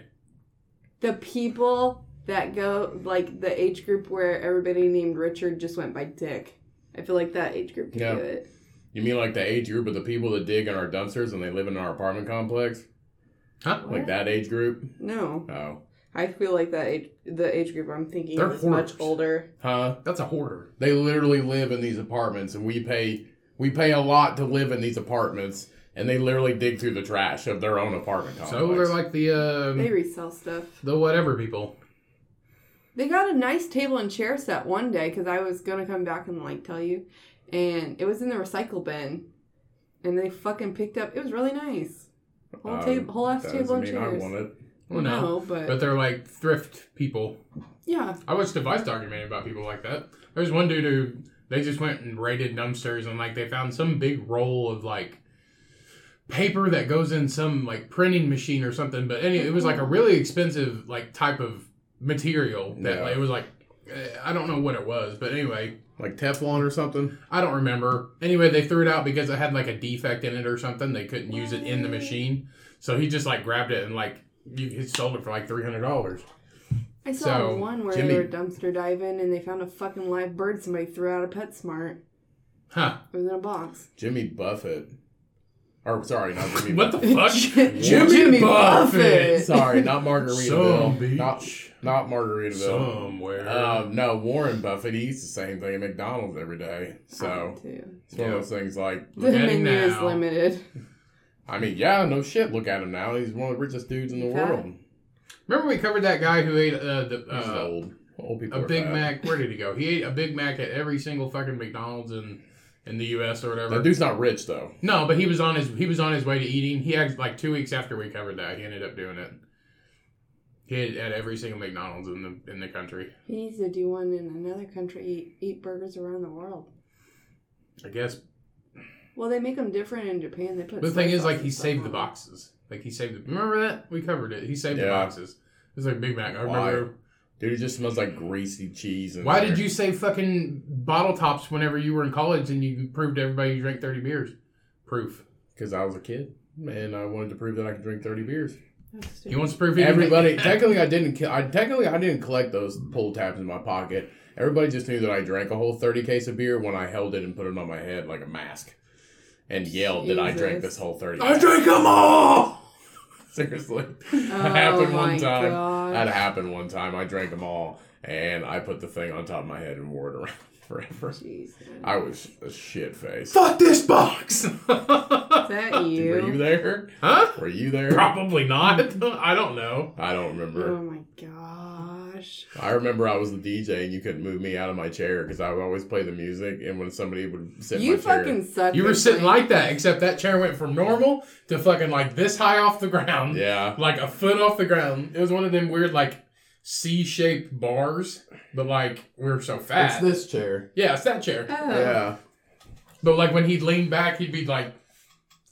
Speaker 3: the people that go like the age group where everybody named Richard just went by Dick. I feel like that age group could
Speaker 1: Yeah.
Speaker 3: do it.
Speaker 1: You mean like the age group of the people that dig in our dumpsters and they live in our apartment complex?
Speaker 2: huh?
Speaker 1: Like that age group?
Speaker 3: No,
Speaker 1: Oh.
Speaker 3: I feel like that age, the age group I'm thinking
Speaker 2: They're
Speaker 3: is much
Speaker 2: hoarders.
Speaker 3: older.
Speaker 1: Huh?
Speaker 2: That's a hoarder.
Speaker 1: They literally live in these apartments and we pay we pay a lot to live in these apartments and they literally dig through the trash of their own apartment complex.
Speaker 2: So they're like the
Speaker 3: They
Speaker 2: um,
Speaker 3: resell stuff.
Speaker 2: the whatever people.
Speaker 3: They got a nice table and chair set one day because I was gonna come back and like tell you, and it was in the recycle bin, and they fucking picked up. It was really nice. Whole
Speaker 1: Um,
Speaker 3: table, whole ass
Speaker 1: That
Speaker 3: table
Speaker 1: doesn't
Speaker 3: and
Speaker 1: mean I
Speaker 3: chairs.
Speaker 1: want it.
Speaker 2: Well, no,
Speaker 3: but,
Speaker 2: but they're like thrift people.
Speaker 3: yeah,
Speaker 2: I watched a Vice documentary about people like that. There's one dude who they just went and raided dumpsters and like they found some big roll of like paper that goes in some like printing machine or something. But any, it was like a really expensive like type of material that
Speaker 1: Yeah.
Speaker 2: like, it was like eh, I don't know what it was, but anyway,
Speaker 1: Like Teflon or something?
Speaker 2: I don't remember. Anyway, they threw it out because it had like a defect in it or something. They couldn't use it in the machine, so he just like grabbed it and like you, he sold it for like three hundred dollars.
Speaker 3: I saw
Speaker 2: So,
Speaker 3: one where
Speaker 1: Jimmy-
Speaker 3: they were dumpster diving and they found a fucking live bird somebody threw out of PetSmart.
Speaker 2: Huh?
Speaker 3: It was in a box.
Speaker 1: Jimmy Buffett. Or sorry, not Jimmy
Speaker 2: What
Speaker 1: Buffett.
Speaker 2: the fuck?
Speaker 3: Jimmy Buffett.
Speaker 1: Sorry, not Margaritaville.
Speaker 2: Some bitch.
Speaker 1: Not, not Margaritaville.
Speaker 2: Somewhere.
Speaker 1: Um, no, Warren Buffett, he eats the same thing at McDonald's every day. So
Speaker 3: Too.
Speaker 1: it's one of those things like,
Speaker 3: the
Speaker 2: Look at him
Speaker 3: menu is
Speaker 2: now.
Speaker 3: limited.
Speaker 1: I mean, yeah, no shit. Look at him now. He's one of the richest dudes in the
Speaker 3: He's fat.
Speaker 1: world.
Speaker 2: Remember we covered that guy who ate uh, the,
Speaker 1: He's
Speaker 2: uh,
Speaker 1: old. Old people.
Speaker 2: a
Speaker 1: are
Speaker 2: Big
Speaker 1: fat.
Speaker 2: Mac. Where did he go? He ate a Big Mac at every single fucking McDonald's in in the U.S. or whatever.
Speaker 1: That dude's not rich though.
Speaker 2: no, but he was on his he was on his way to eating. He had like two weeks after we covered that. He ended up doing it. He ate at every single McDonald's in the in the country.
Speaker 3: He needs to do one in another country. Eat, eat burgers around the world.
Speaker 2: I guess
Speaker 3: Well, they make them different in Japan. They put
Speaker 2: the
Speaker 3: soy
Speaker 2: thing is
Speaker 3: sauce
Speaker 2: like
Speaker 3: and
Speaker 2: he
Speaker 3: stuff
Speaker 2: saved
Speaker 3: on
Speaker 2: the
Speaker 3: it.
Speaker 2: boxes. Like he saved the. Remember that we covered it. He saved the
Speaker 1: Yeah.
Speaker 2: boxes. It was like Big Mac. I remember.
Speaker 1: Dude, he just smells like greasy cheese. in
Speaker 2: Why
Speaker 1: there.
Speaker 2: did you say fucking bottle tops whenever you were in college and you proved to everybody you drank 30 beers? Proof.
Speaker 1: Because I was a kid and I wanted to prove that I could drink thirty beers.
Speaker 3: That's
Speaker 2: He
Speaker 3: stupid.
Speaker 2: wants to prove he didn't-
Speaker 1: Everybody, technically, I didn't. ki- I technically I didn't collect those pull tabs in my pocket. Everybody just knew that I drank a whole thirty case of beer when I held it and put it on my head like a mask, and yelled that I drank
Speaker 3: Jesus.
Speaker 1: this whole thirty.
Speaker 2: I drank them all!
Speaker 1: Seriously,
Speaker 3: Oh
Speaker 1: that happened one
Speaker 3: my
Speaker 1: time.
Speaker 3: gosh.
Speaker 1: That happened one time. I drank them all, and I put the thing on top of my head and wore it around forever.
Speaker 3: Jeez, man.
Speaker 1: I was a shit face.
Speaker 2: Fuck this box!
Speaker 3: Is that you?
Speaker 1: Were you there?
Speaker 2: huh?
Speaker 1: Were you there?
Speaker 2: Probably not. I don't know.
Speaker 1: I don't remember.
Speaker 3: Oh my gosh.
Speaker 1: I remember I was the DJ and you couldn't move me out of my chair because I would always play the music. And when somebody would sit
Speaker 3: You
Speaker 1: in my chair,
Speaker 3: fucking suck.
Speaker 2: You were
Speaker 3: at
Speaker 2: sitting
Speaker 3: playing-
Speaker 2: like that, except that chair went from normal to fucking like this high off the ground.
Speaker 1: yeah,
Speaker 2: Like a foot off the ground. It was one of them weird, like, C shaped bars, but like, we were so fat.
Speaker 1: this chair.
Speaker 2: yeah, it's that chair.
Speaker 3: Oh.
Speaker 1: Yeah,
Speaker 2: But like when he'd lean back, he'd be like,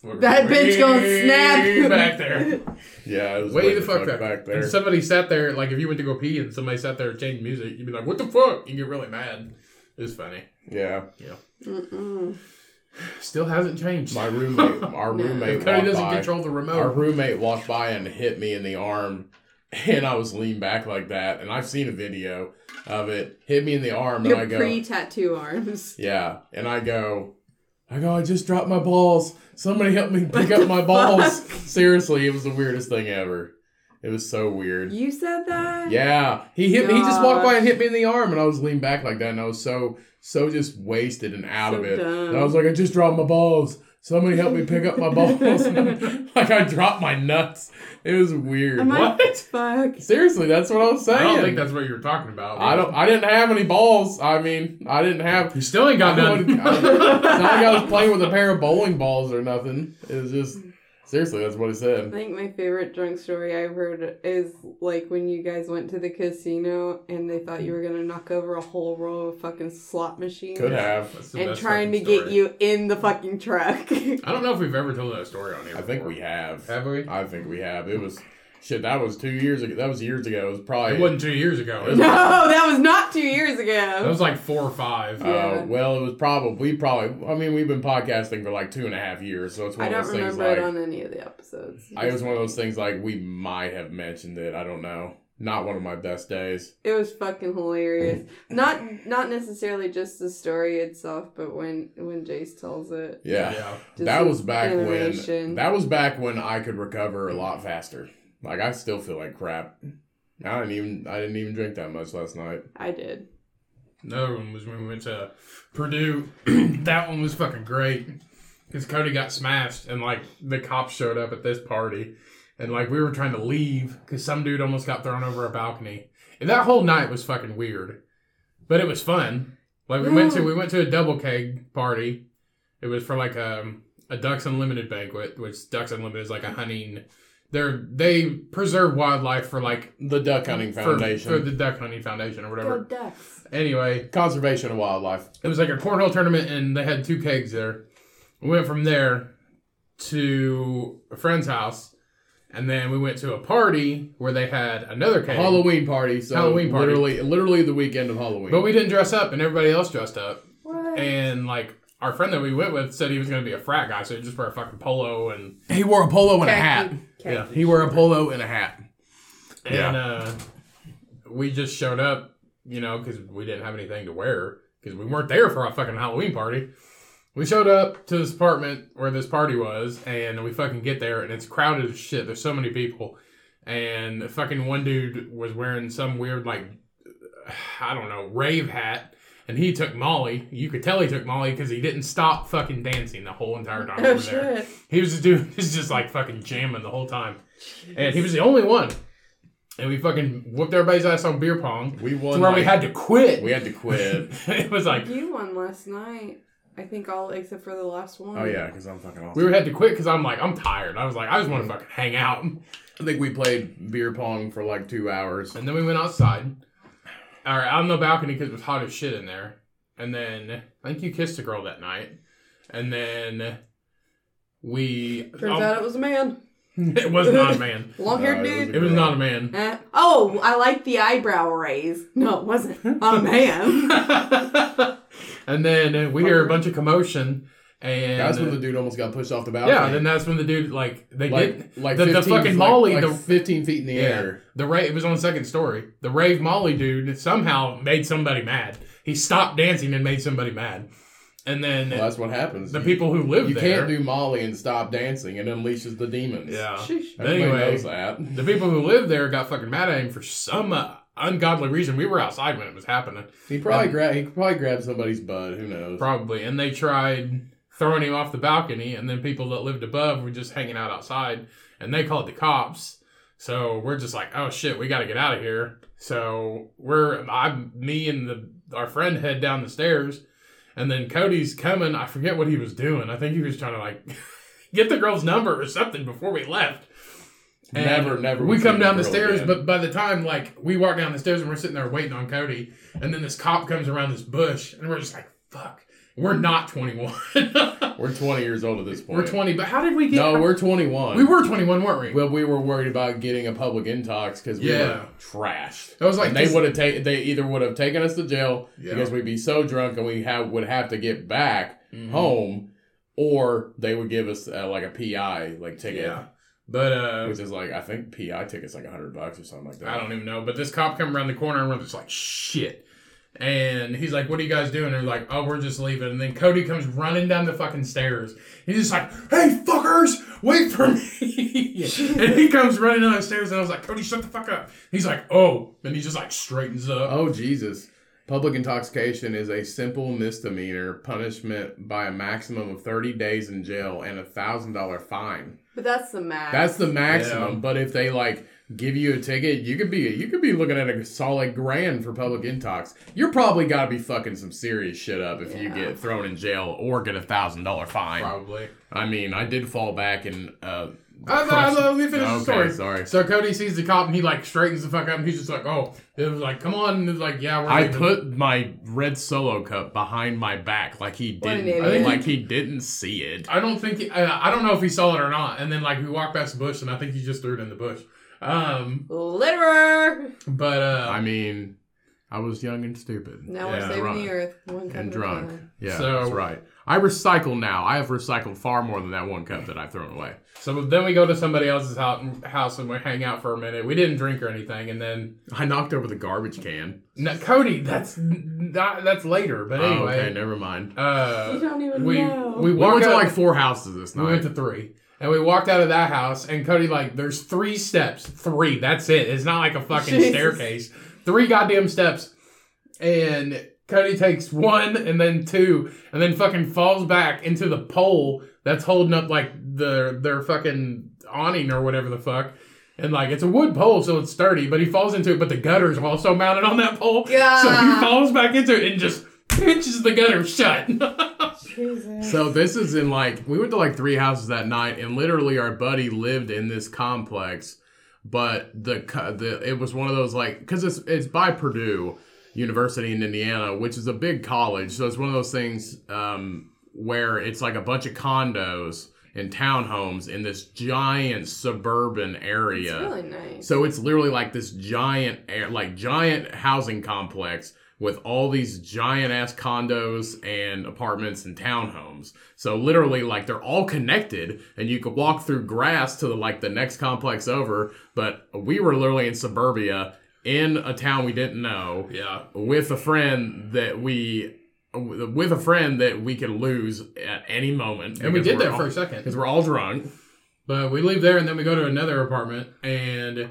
Speaker 3: That bitch gonna
Speaker 2: way
Speaker 3: snap.
Speaker 2: back there,
Speaker 1: yeah. It was
Speaker 2: way
Speaker 1: way
Speaker 2: the fuck back,
Speaker 1: back
Speaker 2: there.
Speaker 1: there.
Speaker 2: And somebody sat there, like if you went to go pee and somebody sat there changing music, you'd be like, "What the fuck?" You get really mad. It's funny.
Speaker 1: yeah,
Speaker 3: Oh. Mm-mm.
Speaker 2: Still hasn't changed.
Speaker 1: my roommate, our roommate
Speaker 2: Cody
Speaker 1: walked
Speaker 2: doesn't
Speaker 1: by.
Speaker 2: control the
Speaker 1: Our
Speaker 2: remote.
Speaker 1: roommate walked by and hit me in the arm, and I was leaned back like that. And I've seen a video of it. Hit me in the arm, and I
Speaker 3: Your
Speaker 1: go,
Speaker 3: pre-tattoo arms.
Speaker 1: Yeah. And I go, I go, I just dropped my balls. Somebody help me pick up my balls. Seriously, it was the weirdest thing ever. It was so weird.
Speaker 3: You said that?
Speaker 1: Yeah. He hit me, he just walked by
Speaker 3: Gosh.
Speaker 1: and hit me in the arm and I was leaned back like that and I was so so just wasted and out
Speaker 3: So
Speaker 1: of it.
Speaker 3: dumb.
Speaker 1: And I was like, I just dropped my balls. Somebody help me pick up my balls. like I dropped my nuts. It was weird.
Speaker 3: Am I-
Speaker 1: what?
Speaker 3: Fuck.
Speaker 1: Seriously, that's what I was saying.
Speaker 2: I don't think that's what you were talking about.
Speaker 1: I don't I didn't have any balls. I mean, I didn't have
Speaker 2: You still ain't got
Speaker 1: I
Speaker 2: none.
Speaker 1: would- I- it's not like I was playing with a pair of bowling balls or nothing. It was just Seriously, that's what he
Speaker 3: I
Speaker 1: said.
Speaker 3: think my favorite drunk story I've heard is like when you guys went to the casino and they thought you were gonna knock over a whole row of fucking slot machines
Speaker 1: Could have.
Speaker 2: That's the
Speaker 3: and
Speaker 2: best
Speaker 3: trying to
Speaker 2: fucking
Speaker 3: get
Speaker 2: story.
Speaker 3: you in the fucking truck.
Speaker 2: I don't know if we've ever told that story on here.
Speaker 1: I think
Speaker 2: before.
Speaker 1: we have.
Speaker 2: Have we?
Speaker 1: I think we have. It was shit. That was two years ago. That was years ago. It was probably.
Speaker 2: It wasn't two years ago. It
Speaker 3: no,
Speaker 2: was,
Speaker 3: that was not two years
Speaker 2: that
Speaker 3: ago.
Speaker 2: was like four or five.
Speaker 1: Uh,
Speaker 3: Yeah.
Speaker 1: Well, it was probably probably. I mean, we've been podcasting for like two and a half years, so it's one
Speaker 3: I
Speaker 1: of
Speaker 3: don't
Speaker 1: those things
Speaker 3: remember
Speaker 1: like.
Speaker 3: it on any of the episodes.
Speaker 1: I, it was one of those things like we might have mentioned it. I don't know. Not one of my best days.
Speaker 3: It was fucking hilarious. Not not necessarily just the story itself, but when when Jace tells it.
Speaker 1: Yeah.
Speaker 2: Yeah.
Speaker 3: Just
Speaker 1: that
Speaker 3: the
Speaker 1: was back when
Speaker 3: animation.
Speaker 1: that was back when I could recover a lot faster. Like I still feel like crap. I didn't even I didn't even drink that much last night.
Speaker 3: I did.
Speaker 2: Another one was when we went to Purdue. that one was fucking great because Cody got smashed and like the cops showed up at this party and like we were trying to leave because some dude almost got thrown over a balcony. And that whole night was fucking weird, but it was fun. Like we went to we went to a double keg party. It was for like a a Ducks Unlimited banquet, which Ducks Unlimited is like a hunting. They're they preserve wildlife for like
Speaker 1: The Duck Hunting
Speaker 2: for-
Speaker 1: Foundation.
Speaker 2: for, the Duck Hunting Foundation or
Speaker 3: Go
Speaker 2: whatever.
Speaker 3: ducks.
Speaker 2: Anyway,
Speaker 1: Conservation of wildlife.
Speaker 2: it was like a cornhole tournament and they had two kegs there. We went from there to a friend's house and then we went to a party where they had another keg.
Speaker 1: Halloween party. So
Speaker 2: Halloween party.
Speaker 1: Literally literally the weekend of Halloween.
Speaker 2: But we didn't dress up and everybody else dressed up.
Speaker 3: What?
Speaker 2: And like our friend that we went with said he was gonna be a frat guy, so he just wear a fucking polo and
Speaker 1: he wore a polo and
Speaker 3: Khaki- khaki.
Speaker 2: Yeah.
Speaker 1: He wore a polo and a hat. Yeah.
Speaker 2: and uh, we just showed up, you know, because we didn't have anything to wear because we weren't there for our fucking Halloween party. We showed up to this apartment where this party was, and we fucking get there, and it's crowded as shit. There's so many people, and fucking one dude was wearing some weird like I don't know rave hat. And he took Molly. You could tell he took Molly because he didn't stop fucking dancing the whole entire time. we
Speaker 3: Oh
Speaker 2: were there.
Speaker 3: shit.
Speaker 2: He was just doing, he was just like fucking jamming the whole time, and he was the only one. And we fucking whooped everybody's ass on beer pong
Speaker 1: We
Speaker 2: to
Speaker 1: won
Speaker 2: where we
Speaker 1: like-
Speaker 2: had to quit.
Speaker 1: we had to quit.
Speaker 2: it was like
Speaker 3: You won last night. I think all except for the last one.
Speaker 1: oh yeah, because I'm fucking awesome.
Speaker 2: we were had to quit because I'm like I'm tired. I was like I just want to fucking hang out. And
Speaker 1: I think we played beer pong for like two hours.
Speaker 2: then we went outside, or out on the balcony because it was hot as shit in there. And then I think you kissed a girl that night. And then we
Speaker 3: Turns
Speaker 2: oh,
Speaker 3: out it was a man.
Speaker 2: it was not a man.
Speaker 3: Long haired
Speaker 1: No, it was
Speaker 3: dude.
Speaker 2: It was not a man.
Speaker 3: Eh. oh, I like the eyebrow raise. No, it wasn't. A man.
Speaker 2: and then uh, we hear a bunch of commotion, and uh,
Speaker 1: That's when the dude almost got pushed off the balcony.
Speaker 2: yeah, then that's when the dude like they
Speaker 1: like
Speaker 2: get
Speaker 1: like
Speaker 2: the, the
Speaker 1: 15
Speaker 2: fucking
Speaker 1: like-
Speaker 2: Molly
Speaker 1: like
Speaker 2: the
Speaker 1: 15 feet in the
Speaker 2: yeah
Speaker 1: air.
Speaker 2: the rave it was on second story the rave Molly dude somehow made somebody mad he stopped dancing and made somebody mad, and then
Speaker 1: Well, that's what happens.
Speaker 2: the
Speaker 1: You-
Speaker 2: people who lived
Speaker 1: you
Speaker 2: there
Speaker 1: can't do Molly and stop dancing. It unleashes the demons.
Speaker 2: yeah
Speaker 3: Sheesh.
Speaker 2: But
Speaker 1: Everybody
Speaker 2: anyway,
Speaker 1: knows that.
Speaker 2: the people who lived there got fucking mad at him for some uh, ungodly reason we were outside when it was happening
Speaker 1: He
Speaker 2: Um,
Speaker 1: probably gra- he probably grabbed somebody's butt. Who knows?
Speaker 2: Probably. And they tried throwing him off the balcony, and then people that lived above were just hanging out outside, and they called the cops. So we're just like, oh shit, we got to get out of here. So we're, I, me and the our friend head down the stairs, and then Cody's coming. I forget what he was doing. I think he was trying to like get the girl's number or something before we left. And
Speaker 1: Never, never
Speaker 2: We
Speaker 1: would
Speaker 2: come
Speaker 1: see the
Speaker 2: down the
Speaker 1: girl
Speaker 2: stairs,
Speaker 1: again.
Speaker 2: but by the time like we walk down the stairs and we're sitting there waiting on Cody, and then this cop comes around this bush, and we're just like, "Fuck, we're not 21.
Speaker 1: We're 20 years old at this point.
Speaker 2: we're 20." But how did we get?
Speaker 1: No, we're 21.
Speaker 2: we were 21, weren't we?
Speaker 1: Well, we were worried about getting a public intox because we
Speaker 2: Yeah.
Speaker 1: were trashed.
Speaker 2: That was like
Speaker 1: and they
Speaker 2: this-
Speaker 1: would have taken. They either would have taken us to jail
Speaker 2: Yeah.
Speaker 1: because we'd be so drunk and we have would have to get back
Speaker 2: Mm-hmm.
Speaker 1: home, or they would give us uh, like a PI like ticket,
Speaker 2: yeah. But uh,
Speaker 1: which is like I think PI tickets like hundred bucks or something like that.
Speaker 2: I don't even know. But this cop come around the corner and we're just like, shit. And he's like, what are you guys doing? they're like, oh, we're just leaving. And then Cody comes running down the fucking stairs. He's just like, hey, fuckers, wait for me. and he comes running down the stairs. And I was like, Cody, shut the fuck up. He's like, oh. And he just like straightens up.
Speaker 1: Oh Jesus. Public intoxication is a simple misdemeanor punishment by a maximum of 30 days in jail and a $1,000 fine.
Speaker 3: But that's the max.
Speaker 1: That's the maximum.
Speaker 2: Yeah.
Speaker 1: But if they like give you a ticket, you could be you could be looking at a solid grand for public intox. You're probably got to be fucking some serious shit up if you
Speaker 3: Yeah.
Speaker 1: get thrown in jail or get a thousand dollar fine.
Speaker 2: Probably.
Speaker 1: I mean, I did fall back and uh,
Speaker 2: I, I, I, let me finish
Speaker 1: Okay,
Speaker 2: the story.
Speaker 1: sorry.
Speaker 2: So Cody sees the cop and he like straightens the fuck up and he's just like, oh, it was like, come on. And it's like, yeah, we're
Speaker 1: I
Speaker 2: leaving.
Speaker 1: put my red solo cup behind my back like he
Speaker 3: What an
Speaker 1: didn't
Speaker 2: idiot.
Speaker 1: like he didn't see it.
Speaker 2: I don't think, he, uh, I, I don't know if he saw it or not. And then like we walked past the bush and I think he just threw it in the bush. Um,
Speaker 3: Litterer.
Speaker 2: but, uh,
Speaker 1: I mean, I was young and stupid. and
Speaker 3: Now we're saving
Speaker 1: drunk.
Speaker 3: the earth. One cup
Speaker 1: And
Speaker 3: at a
Speaker 1: drunk.
Speaker 3: time.
Speaker 1: Yeah,
Speaker 2: So-
Speaker 1: that's right. I recycle now. I have recycled far more than that one cup that I've thrown away.
Speaker 2: So then we go to somebody else's hou- house and we hang out for a minute. We didn't drink or anything, and then
Speaker 1: I knocked over the garbage can.
Speaker 2: no, Cody. That's not, that's later, but
Speaker 1: Oh, okay,
Speaker 2: anyway.
Speaker 1: never mind.
Speaker 3: You
Speaker 2: Uh,
Speaker 3: don't even
Speaker 2: we
Speaker 3: know.
Speaker 2: we
Speaker 1: We
Speaker 2: walked
Speaker 1: went to
Speaker 2: out-
Speaker 1: like four houses this
Speaker 2: we
Speaker 1: night.
Speaker 2: went to three, and we walked out of that house. And Cody like, there's three steps. Three. That's it. It's not like a fucking
Speaker 3: Jesus.
Speaker 2: staircase. Three goddamn steps, and Cody takes one, and then two, and then fucking falls back into the pole that's holding up like the their fucking awning or whatever the fuck. And like it's a wood pole, so it's sturdy, but he falls into it, but the gutters are also mounted on that pole.
Speaker 3: Yeah.
Speaker 2: So he falls back into it and just pinches the gutter shut.
Speaker 3: Jesus.
Speaker 1: So this is in like we went to like three houses that night, and literally our buddy lived in this complex, but the co- the it was one of those like because it's it's by Purdue University in Indiana, which is a big college, so it's one of those things um, where it's like a bunch of condos and townhomes in this giant suburban area.
Speaker 3: it's really nice.
Speaker 1: So it's literally like this giant, air- like giant housing complex with all these giant ass condos and apartments and townhomes. So literally, like they're all connected, and you could walk through grass to the, like the next complex over. But we were literally in suburbia in a town we didn't know
Speaker 2: yeah.
Speaker 1: with a friend that we with a friend that we could lose at any moment
Speaker 2: And we did that for a
Speaker 1: first
Speaker 2: second.
Speaker 1: because we're all drunk
Speaker 2: But we leave there and then we go to another apartment and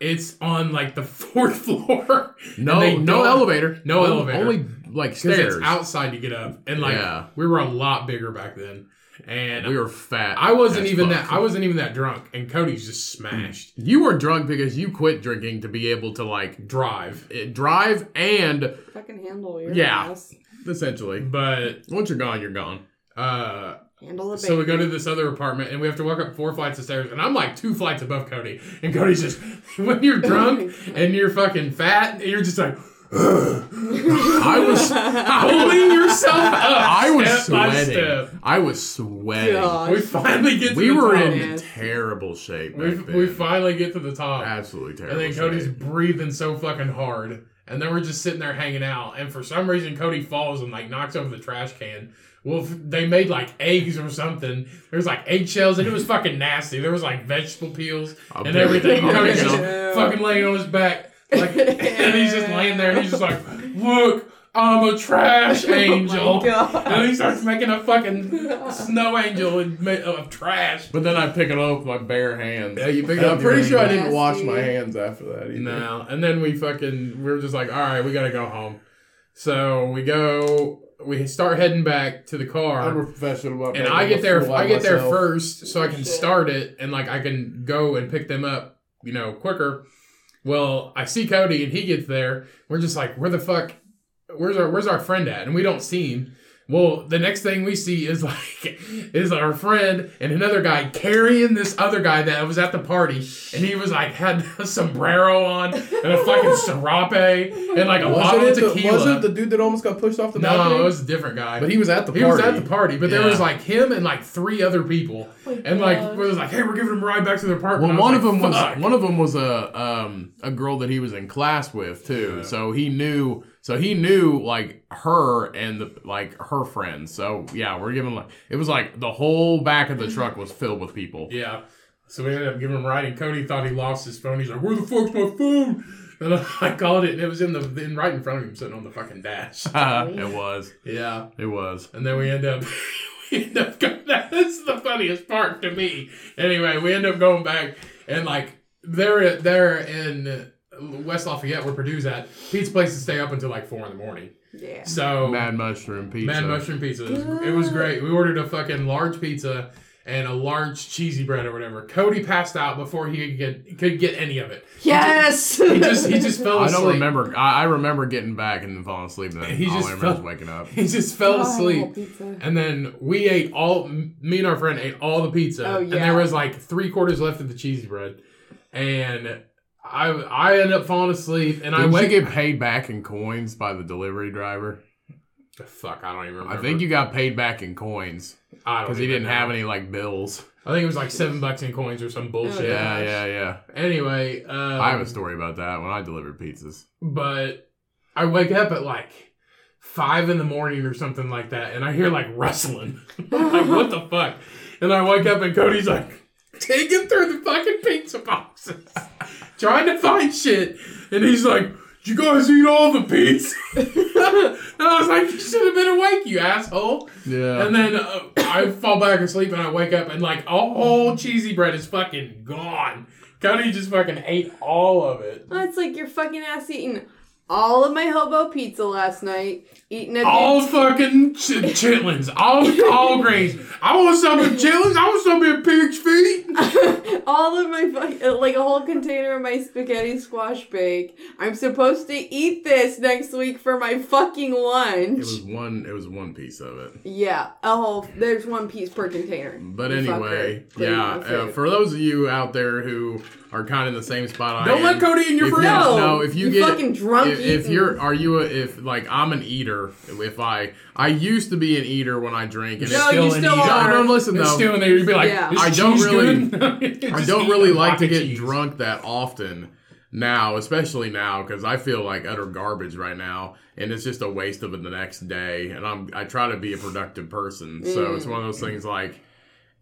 Speaker 2: it's on like the fourth floor.
Speaker 1: no
Speaker 2: And they
Speaker 1: no
Speaker 2: don't-
Speaker 1: elevator
Speaker 2: no
Speaker 1: Only-
Speaker 2: elevator.
Speaker 1: only like
Speaker 2: Because
Speaker 1: stairs
Speaker 2: it's outside to get up. And like
Speaker 1: Yeah.
Speaker 2: we were a lot bigger back then. And
Speaker 1: we were fat.
Speaker 2: I wasn't
Speaker 1: as
Speaker 2: even
Speaker 1: fuck.
Speaker 2: that I wasn't even that drunk and Cody's just smashed.
Speaker 1: You were drunk because you quit drinking to be able to like
Speaker 2: Drive.
Speaker 1: eh, drive and
Speaker 3: Fucking handle your
Speaker 1: Yeah.
Speaker 3: house.
Speaker 1: essentially
Speaker 2: But
Speaker 1: once you're gone, you're gone.
Speaker 2: uh
Speaker 3: Handle the baby.
Speaker 2: so we go to this other apartment and we have to walk up four flights of stairs and I'm like two flights above Cody. And Cody's just when you're drunk and you're fucking fat, you're just like
Speaker 1: I was
Speaker 2: pulling yourself up.
Speaker 1: I was
Speaker 2: step by step.
Speaker 1: sweating. I was sweating.
Speaker 3: Gosh.
Speaker 2: We finally get to
Speaker 1: We
Speaker 2: the
Speaker 1: were
Speaker 2: top.
Speaker 1: in
Speaker 3: Yes.
Speaker 1: terrible shape.
Speaker 2: We,
Speaker 1: back
Speaker 2: we
Speaker 1: then.
Speaker 2: finally get to the top.
Speaker 1: absolutely terrible.
Speaker 2: and then Cody's
Speaker 1: shape.
Speaker 2: breathing so fucking hard. And then we're just sitting there hanging out. And for some reason, Cody falls and like knocks over the trash can. Well, f- they made like eggs or something. There's like eggshells, and it was fucking nasty. There was like vegetable peels
Speaker 1: I'll
Speaker 2: and
Speaker 1: do it.
Speaker 2: everything.
Speaker 1: I'll
Speaker 2: Cody's
Speaker 1: do it.
Speaker 2: just fucking laying on his back. Like, and he's just laying there and he's just like, Look, I'm a trash angel.
Speaker 3: Oh God.
Speaker 2: And he starts making a fucking snow angel and ma- of trash.
Speaker 1: But then I pick it up with my bare hands.
Speaker 2: Yeah, you pick it
Speaker 1: And
Speaker 2: up
Speaker 1: I'm
Speaker 2: with
Speaker 1: pretty
Speaker 2: your
Speaker 1: sure I
Speaker 3: hands.
Speaker 1: didn't wash
Speaker 3: Nasty.
Speaker 1: my hands after that. Either.
Speaker 2: No, and then we fucking we were just like, all right, we gotta go home. So we go, we start heading back to the
Speaker 1: I'm a
Speaker 2: car,
Speaker 1: professional. about
Speaker 2: and
Speaker 1: making
Speaker 2: I
Speaker 1: a
Speaker 2: get there,
Speaker 1: fool
Speaker 2: I
Speaker 1: out
Speaker 2: get there
Speaker 1: myself.
Speaker 2: first, so I can
Speaker 3: Shit.
Speaker 2: start it, and like I can go and pick them up, you know, quicker. Well, I see Cody, and he gets there. We're just like, where the fuck? Where's our Where's our friend at? And we don't see him. Well, the next thing we see is like is our friend and another guy carrying this other guy that was at the party, and he was like had a sombrero on and a fucking serape and like a
Speaker 1: Was
Speaker 2: bottle
Speaker 1: it,
Speaker 2: of
Speaker 1: the,
Speaker 2: tequila.
Speaker 1: was it the dude that almost got pushed off the balcony?
Speaker 2: no, it was a different guy.
Speaker 1: but he was at the
Speaker 2: He
Speaker 1: party.
Speaker 2: was at the party, but there
Speaker 1: Yeah.
Speaker 2: was like him and like three other people, and like it was like, "Hey, we're giving him a ride back to their apartment."
Speaker 1: Well,
Speaker 2: I
Speaker 1: one
Speaker 2: like,
Speaker 1: of them
Speaker 2: "Fuck."
Speaker 1: was one of them was a um, a girl that he was in class with too. So he knew. So he knew like her and the like her friends. So yeah, we're giving like it was like the whole back of the truck was filled with people.
Speaker 2: Yeah. So we ended up giving him a ride, and Cody thought he lost his phone. He's like, "Where the fuck's my phone?" And I, I called it, and it was in the in right in front of him, sitting on the fucking dash.
Speaker 1: it was.
Speaker 2: yeah.
Speaker 1: It was.
Speaker 2: And then we end up we end up going. That's the funniest part to me. Anyway, we end up going back, and like they're they're in West Lafayette, where Purdue's at. Pete's place to stay up until like four in the morning.
Speaker 3: Yeah.
Speaker 2: So
Speaker 1: Mad mushroom pizza.
Speaker 2: Mad mushroom pizza. It was, it was great. We ordered a fucking large pizza and a large cheesy bread or whatever. Cody passed out before he could get could get any of it.
Speaker 3: Yes.
Speaker 2: He just he just fell
Speaker 1: I
Speaker 2: asleep.
Speaker 1: don't remember. I, I remember getting back and then falling asleep. And then
Speaker 2: He
Speaker 1: all
Speaker 2: just
Speaker 1: I remember
Speaker 2: fell-
Speaker 1: was waking up.
Speaker 2: He just fell
Speaker 3: Oh,
Speaker 2: asleep.
Speaker 3: pizza.
Speaker 2: And then we ate all. m- Me and our friend ate all the pizza,
Speaker 3: Oh,
Speaker 2: and
Speaker 3: yeah.
Speaker 2: there was like three quarters left of the cheesy bread, and I I ended up falling asleep, and I
Speaker 1: Didn't you
Speaker 2: wake
Speaker 1: get paid back in coins by the delivery driver?
Speaker 2: Fuck, I don't even remember.
Speaker 1: I think you got paid back in coins because he didn't have any like bills.
Speaker 2: I think it was like seven bucks in coins or some bullshit.
Speaker 1: Yeah,
Speaker 3: gosh.
Speaker 1: yeah, yeah.
Speaker 2: Anyway, um,
Speaker 1: I have a story about that when I delivered pizzas.
Speaker 2: but I wake up at like five in the morning or something like that, and I hear like rustling. I'm like, what the fuck? And I wake up and Cody's like taking through the fucking pizza boxes, trying to find shit, and he's like, "You guys eat all the pizza?" and I was like, "You should have been awake, you asshole."
Speaker 1: Yeah.
Speaker 2: And then uh, I fall back asleep and I wake up and like all whole cheesy bread is fucking gone. Cody just fucking ate all of it.
Speaker 3: Well, Oh, it's like your fucking ass eating all of my hobo pizza last night, eating a
Speaker 2: All fucking ch- chitlins, all all grains. I want some of chitlins. I want some of pig's feet.
Speaker 3: all of my fucking like a whole container of my spaghetti squash bake. I'm supposed to eat this next week for my fucking
Speaker 1: It
Speaker 3: lunch.
Speaker 1: was one. It was one piece of it.
Speaker 3: yeah, a whole there's one piece per container.
Speaker 1: But
Speaker 3: You
Speaker 1: anyway,
Speaker 3: fucker. Put it
Speaker 1: yeah.
Speaker 3: on the
Speaker 1: Uh,
Speaker 3: food.
Speaker 1: for those of you out there who are kind of in the same spot, I
Speaker 2: Don't let
Speaker 1: am,
Speaker 2: Cody in your
Speaker 1: if you-
Speaker 2: fridge.
Speaker 3: No,
Speaker 1: no, if you,
Speaker 3: you
Speaker 1: get
Speaker 3: fucking drunk
Speaker 1: if, if
Speaker 3: eating.
Speaker 1: you're, are you? A, if like I'm an eater. If I, I used to be an eater when I drink, and
Speaker 3: No,
Speaker 1: it's-
Speaker 3: you still
Speaker 1: no,
Speaker 3: are.
Speaker 1: no, listen
Speaker 2: It's
Speaker 1: though.
Speaker 2: still in there. You'd be like,
Speaker 3: Yeah.
Speaker 2: "Is
Speaker 1: I don't
Speaker 2: cheese
Speaker 1: really-
Speaker 2: good?"
Speaker 1: I
Speaker 2: Just
Speaker 1: don't
Speaker 2: eat
Speaker 1: really
Speaker 2: a
Speaker 1: like
Speaker 2: block
Speaker 1: to
Speaker 2: of
Speaker 1: get
Speaker 2: cheese.
Speaker 1: drunk that often now, especially now because I feel like utter garbage right now, and it's just a waste of the next day. And I'm I try to be a productive person, so
Speaker 2: Mm.
Speaker 1: it's one of those things like.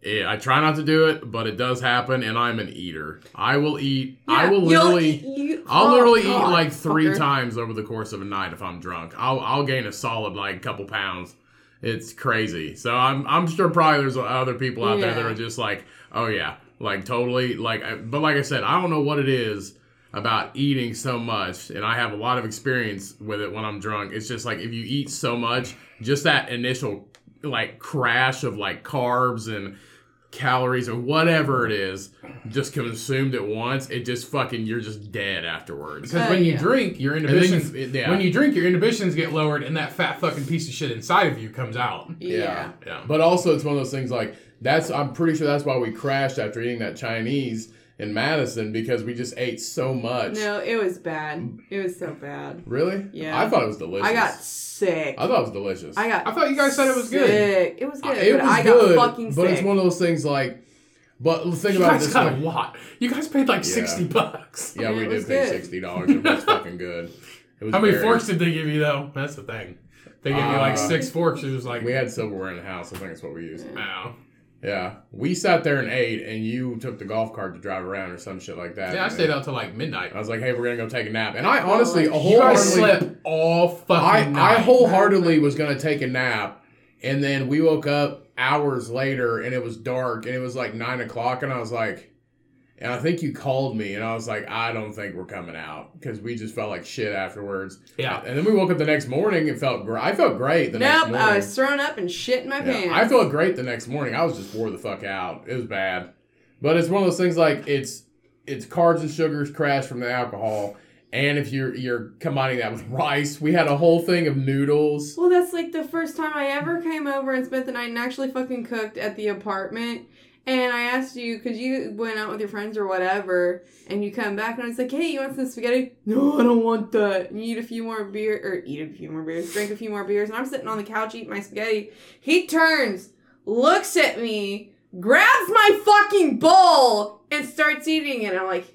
Speaker 1: eh, I try not to do it, but it does happen, and I'm an eater. I will eat. I
Speaker 3: Yeah,
Speaker 1: will
Speaker 3: you'll
Speaker 1: literally.
Speaker 3: eat- you-
Speaker 1: I'll
Speaker 3: oh,
Speaker 1: literally
Speaker 3: God,
Speaker 1: eat like three
Speaker 3: fucker.
Speaker 1: times over the course of a night if I'm drunk. I'll I'll gain a solid like couple pounds. It's crazy. So I'm I'm sure probably there's other people out there that
Speaker 3: Yeah.
Speaker 1: are just like, oh yeah, like totally like. I- But like I said, I don't know what it is about eating so much, and I have a lot of experience with it when I'm drunk. It's just like if you eat so much, just that initial like crash of like carbs and calories or whatever it is just consumed at once it just fucking you're just dead afterwards
Speaker 2: Because
Speaker 3: Uh,
Speaker 2: when you
Speaker 3: yeah.
Speaker 2: drink, your
Speaker 1: then you-
Speaker 2: inhibitions.
Speaker 1: yeah.
Speaker 2: When you drink, your inhibitions get lowered, and that fat fucking piece of shit inside of you comes out.
Speaker 3: yeah.
Speaker 2: Yeah.
Speaker 1: But also, it's one of those things like that's. I'm pretty sure that's why we crashed after eating that Chinese in Madison because we just ate so much.
Speaker 3: No, it was bad. It was so bad.
Speaker 1: Really?
Speaker 3: Yeah.
Speaker 1: I thought it was delicious.
Speaker 3: I got sick.
Speaker 1: I thought it was delicious.
Speaker 3: I got.
Speaker 2: I thought you guys said it was good.
Speaker 3: sick. It was good,
Speaker 1: I- it
Speaker 3: but
Speaker 1: was
Speaker 3: I got
Speaker 1: good,
Speaker 3: fucking sick.
Speaker 1: but it's one of those things like. But think
Speaker 2: You
Speaker 1: about it
Speaker 2: guys
Speaker 1: this
Speaker 2: got a
Speaker 1: way.
Speaker 2: lot. You guys paid like
Speaker 1: Yeah.
Speaker 2: sixty bucks.
Speaker 1: Yeah,
Speaker 3: Yeah,
Speaker 1: we did
Speaker 3: it was
Speaker 1: pay
Speaker 3: good.
Speaker 1: sixty dollars. It was fucking good. It was
Speaker 2: How many
Speaker 1: very-
Speaker 2: forks did they give you though? That's the thing. They gave you
Speaker 1: Uh,
Speaker 2: like six forks. It was like,
Speaker 1: We had silverware in the house. I think that's what we used.
Speaker 2: wow.
Speaker 1: Yeah, we sat there and ate, and you took the golf cart to drive around or some shit like that.
Speaker 2: Yeah, I stayed out till like midnight.
Speaker 1: I was like, "Hey, we're gonna go take a nap," and I honestly,
Speaker 3: like,
Speaker 2: You guys
Speaker 1: Uh, wholeheartedly,
Speaker 2: slept all
Speaker 1: I,
Speaker 2: fucking
Speaker 1: I
Speaker 2: night.
Speaker 1: wholeheartedly was gonna take a nap, and then we woke up hours later, and it was dark, and it was like nine o'clock, and I was like, and I think you called me, and I was like, I don't think we're coming out because we just felt like shit afterwards.
Speaker 2: Yeah.
Speaker 1: and then we woke up the next morning and felt gr- I felt great the next
Speaker 3: nope,
Speaker 1: morning.
Speaker 3: I was thrown up and shit in my
Speaker 1: Yeah,
Speaker 3: pants.
Speaker 1: I felt great the next morning. I was just wore the fuck out. It was bad, but it's one of those things like it's it's carbs and sugars crash from the alcohol, and if you're you're combining that with rice, we had a whole thing of noodles.
Speaker 3: Well, that's like the first time I ever came over and spent the night and actually fucking cooked at the apartment. And I asked you because you went out with your friends or whatever, and you come back and I was like, "Hey, you want some spaghetti?" No, I don't want that. And you eat a few more beer or eat a few more beers, drink a few more beers, and I'm sitting on the couch eating my spaghetti. He turns, looks at me, grabs my fucking bowl, and starts eating it. I'm like,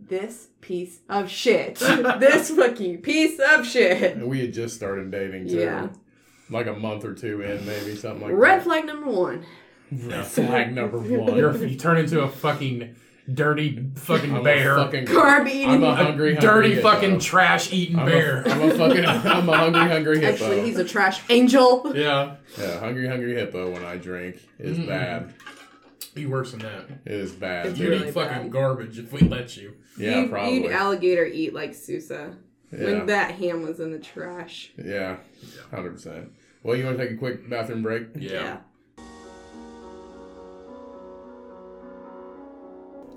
Speaker 3: "This piece of shit. this fucking piece of shit."
Speaker 1: And we had just started dating too,
Speaker 3: Yeah.
Speaker 1: like a month or two in, maybe something like
Speaker 3: Red
Speaker 1: that.
Speaker 3: flag number one.
Speaker 1: Red flag number one.
Speaker 2: You're, you turn into a fucking dirty fucking
Speaker 1: I'm a
Speaker 2: bear.
Speaker 1: fucking-
Speaker 3: Carb eating.
Speaker 1: I'm a
Speaker 2: A
Speaker 1: hungry, hungry
Speaker 2: dirty
Speaker 1: hippo.
Speaker 2: fucking trash eating
Speaker 1: I'm a-
Speaker 2: bear.
Speaker 1: I'm a fucking. I'm a hungry, hungry hippo.
Speaker 3: Actually, he's a trash angel.
Speaker 2: yeah.
Speaker 1: yeah, hungry, hungry hippo. When I drink, is bad.
Speaker 2: Be worse than that.
Speaker 1: It is bad.
Speaker 3: It's
Speaker 1: dude.
Speaker 2: You'd
Speaker 3: really
Speaker 2: eat fucking
Speaker 3: bad.
Speaker 2: garbage if we let you.
Speaker 1: yeah,
Speaker 3: you'd,
Speaker 1: probably.
Speaker 3: You'd alligator eat like Sousa
Speaker 1: Yeah.
Speaker 3: when that ham was in the trash.
Speaker 1: Yeah, hundred percent. Well, you want to take a quick bathroom break?
Speaker 3: Yeah.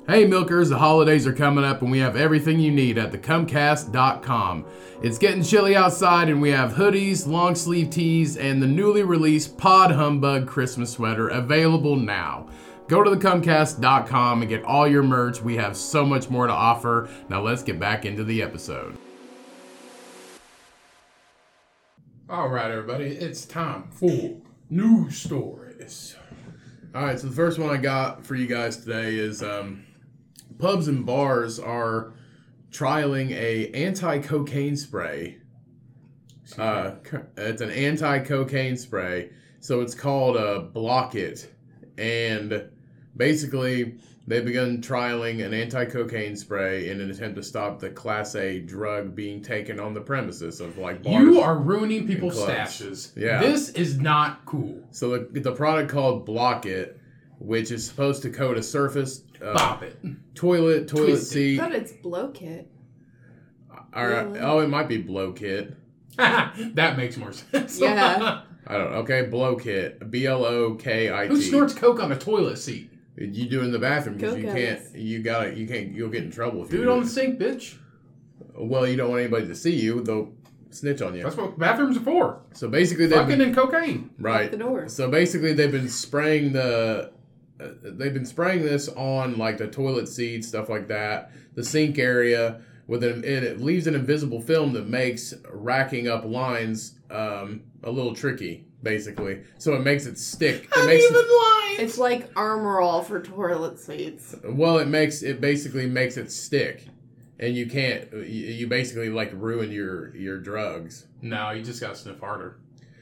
Speaker 1: Hey Milkers, the holidays are coming up and we have everything you need at thecumcast.com. It's getting chilly outside and we have hoodies, long sleeve tees, and the newly released Pod Humbug Christmas sweater available now. Go to thecumcast.com and get all your merch. We have so much more to offer. Now let's get back into the episode.
Speaker 2: All right, everybody, it's time for news stories.
Speaker 1: All right, so the first one I got for you guys today is um, pubs and bars are trialing a anti-cocaine spray. Uh, co- it's an anti-cocaine spray, so it's called uh, Block It, and basically they've begun trialing an anti-cocaine spray in an attempt to stop the Class A drug being taken on the premises of like bars.
Speaker 2: You are ruining people's
Speaker 1: clubs.
Speaker 2: stashes.
Speaker 1: Yeah.
Speaker 2: This is not cool.
Speaker 1: so the, the product called Block It, which is supposed to coat a surface. Uh,
Speaker 2: Bop it.
Speaker 1: toilet, toilet
Speaker 2: Twist it.
Speaker 3: I
Speaker 1: seat.
Speaker 3: thought it's blow kit.
Speaker 1: Or, oh, it might be blow kit.
Speaker 2: that makes more sense.
Speaker 3: Yeah.
Speaker 1: I don't. Okay, blow kit. B L O K I T.
Speaker 2: Who snorts coke on a toilet seat?
Speaker 1: You do in the bathroom because you
Speaker 3: Coconuts.
Speaker 1: can't. You got to You can't. You'll get in trouble if
Speaker 2: Do
Speaker 1: you
Speaker 2: it on the sink, bitch.
Speaker 1: Well, you don't want anybody to see you. They'll snitch on you.
Speaker 2: That's what bathrooms are for.
Speaker 1: so basically, they've
Speaker 2: Fucking
Speaker 1: been,
Speaker 2: and cocaine.
Speaker 1: right.
Speaker 3: the door.
Speaker 1: So basically, they've been spraying the. Uh, they've been spraying this on like the toilet seat, stuff like that, the sink area. With an, it, it leaves an invisible film that makes racking up lines um, a little tricky, basically. So it makes it stick. It makes it,
Speaker 2: lying.
Speaker 3: It's like armor all for toilet seats.
Speaker 1: Well, it makes it basically makes it stick, and you can't. You, you basically like ruin your your drugs.
Speaker 2: No, you just gotta sniff harder.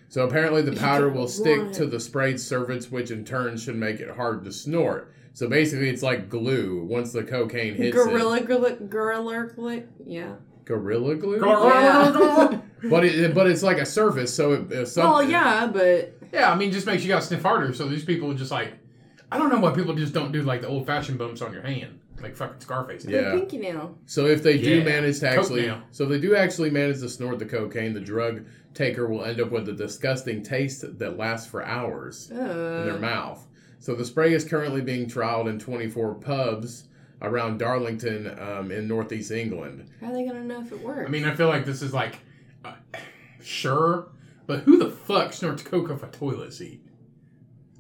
Speaker 1: So apparently, the powder will stick
Speaker 3: Right.
Speaker 1: to the sprayed surface, which in turn should make it hard to snort. So basically, it's like glue. Once the cocaine hits
Speaker 3: Gorilla, gorilla, gorilla, gorilla. Yeah.
Speaker 1: it, gorilla glue.
Speaker 3: Yeah.
Speaker 1: but it, but it's like a surface, so it. Uh, some,
Speaker 3: Well, Oh, yeah, but
Speaker 2: yeah, I mean, just makes you gotta sniff harder. So these people are just like, I don't know why people just don't do like the old fashioned bumps on your hand, like fucking Scarface. did.
Speaker 1: Yeah.
Speaker 3: the pinky nail.
Speaker 1: So if they do
Speaker 2: Yeah.
Speaker 1: manage to
Speaker 2: Coke
Speaker 1: actually,
Speaker 2: now.
Speaker 1: so if they do actually manage to snort the cocaine, the drug taker will end up with a disgusting taste that lasts for hours. in their
Speaker 3: Uh,
Speaker 1: mouth. So the spray is currently being trialed in 24 pubs around Darlington um, in northeast England.
Speaker 3: how are they gonna know if it works?
Speaker 2: I mean, I feel like this is like, uh, sure, but who the fuck snorts coke off a toilet seat?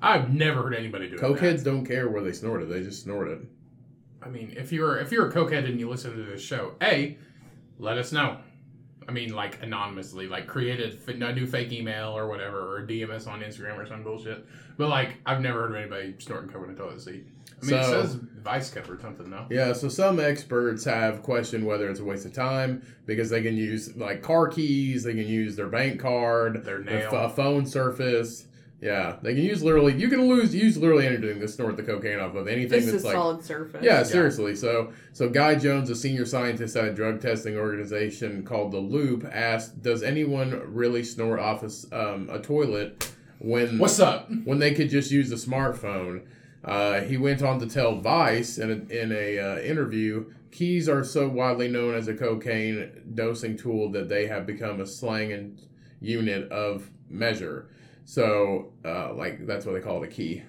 Speaker 2: I've never heard anybody do that.
Speaker 1: Cokeheads don't care where they snort it; they just snort it.
Speaker 2: I mean, if you're if you're a cokehead and you listen to this show, a, let us know. I mean, like anonymously, like create a, f- a new fake email or whatever, or DM us on Instagram or some bullshit. But like, I've never heard of anybody snorting coke in a toilet seat. I mean, it
Speaker 1: So-
Speaker 2: says vice cup or something, though.
Speaker 1: Yeah, so some experts have questioned whether it's a waste of time because they can use like car keys, they can use their bank card,
Speaker 2: Their
Speaker 1: f-
Speaker 2: nail.
Speaker 1: a phone surface. Yeah, they can use literally. You can lose use literally anything to snort the cocaine off of anything
Speaker 3: this
Speaker 1: that's
Speaker 3: is
Speaker 1: like
Speaker 3: solid surface.
Speaker 1: Yeah, seriously. So, so Guy Jones, a senior scientist at a drug testing organization called the Loop, asked, "Does anyone really snort off a, s- um, a toilet when
Speaker 2: What's up?
Speaker 1: when they could just use a smartphone?" Uh, he went on to tell Vice in a, in a uh, interview, "Keys are so widely known as a cocaine dosing tool that they have become a slang and unit of measure." So, uh, like that's what they call it a key.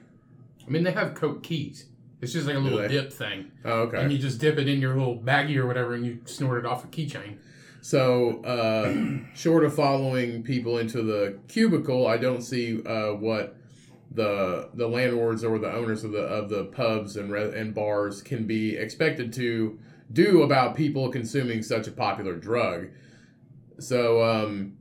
Speaker 2: I mean, they have coke keys. It's just like a
Speaker 1: Do
Speaker 2: little
Speaker 1: they?
Speaker 2: dip thing,
Speaker 1: Oh, okay.
Speaker 2: and you just dip it in your little baggie or whatever, and you snort it off a keychain.
Speaker 1: So, uh, short of following people into the cubicle, I don't see uh, what the the landlords or the owners of the of the pubs and re- and bars can be expected to do about people consuming such a popular drug. So, um,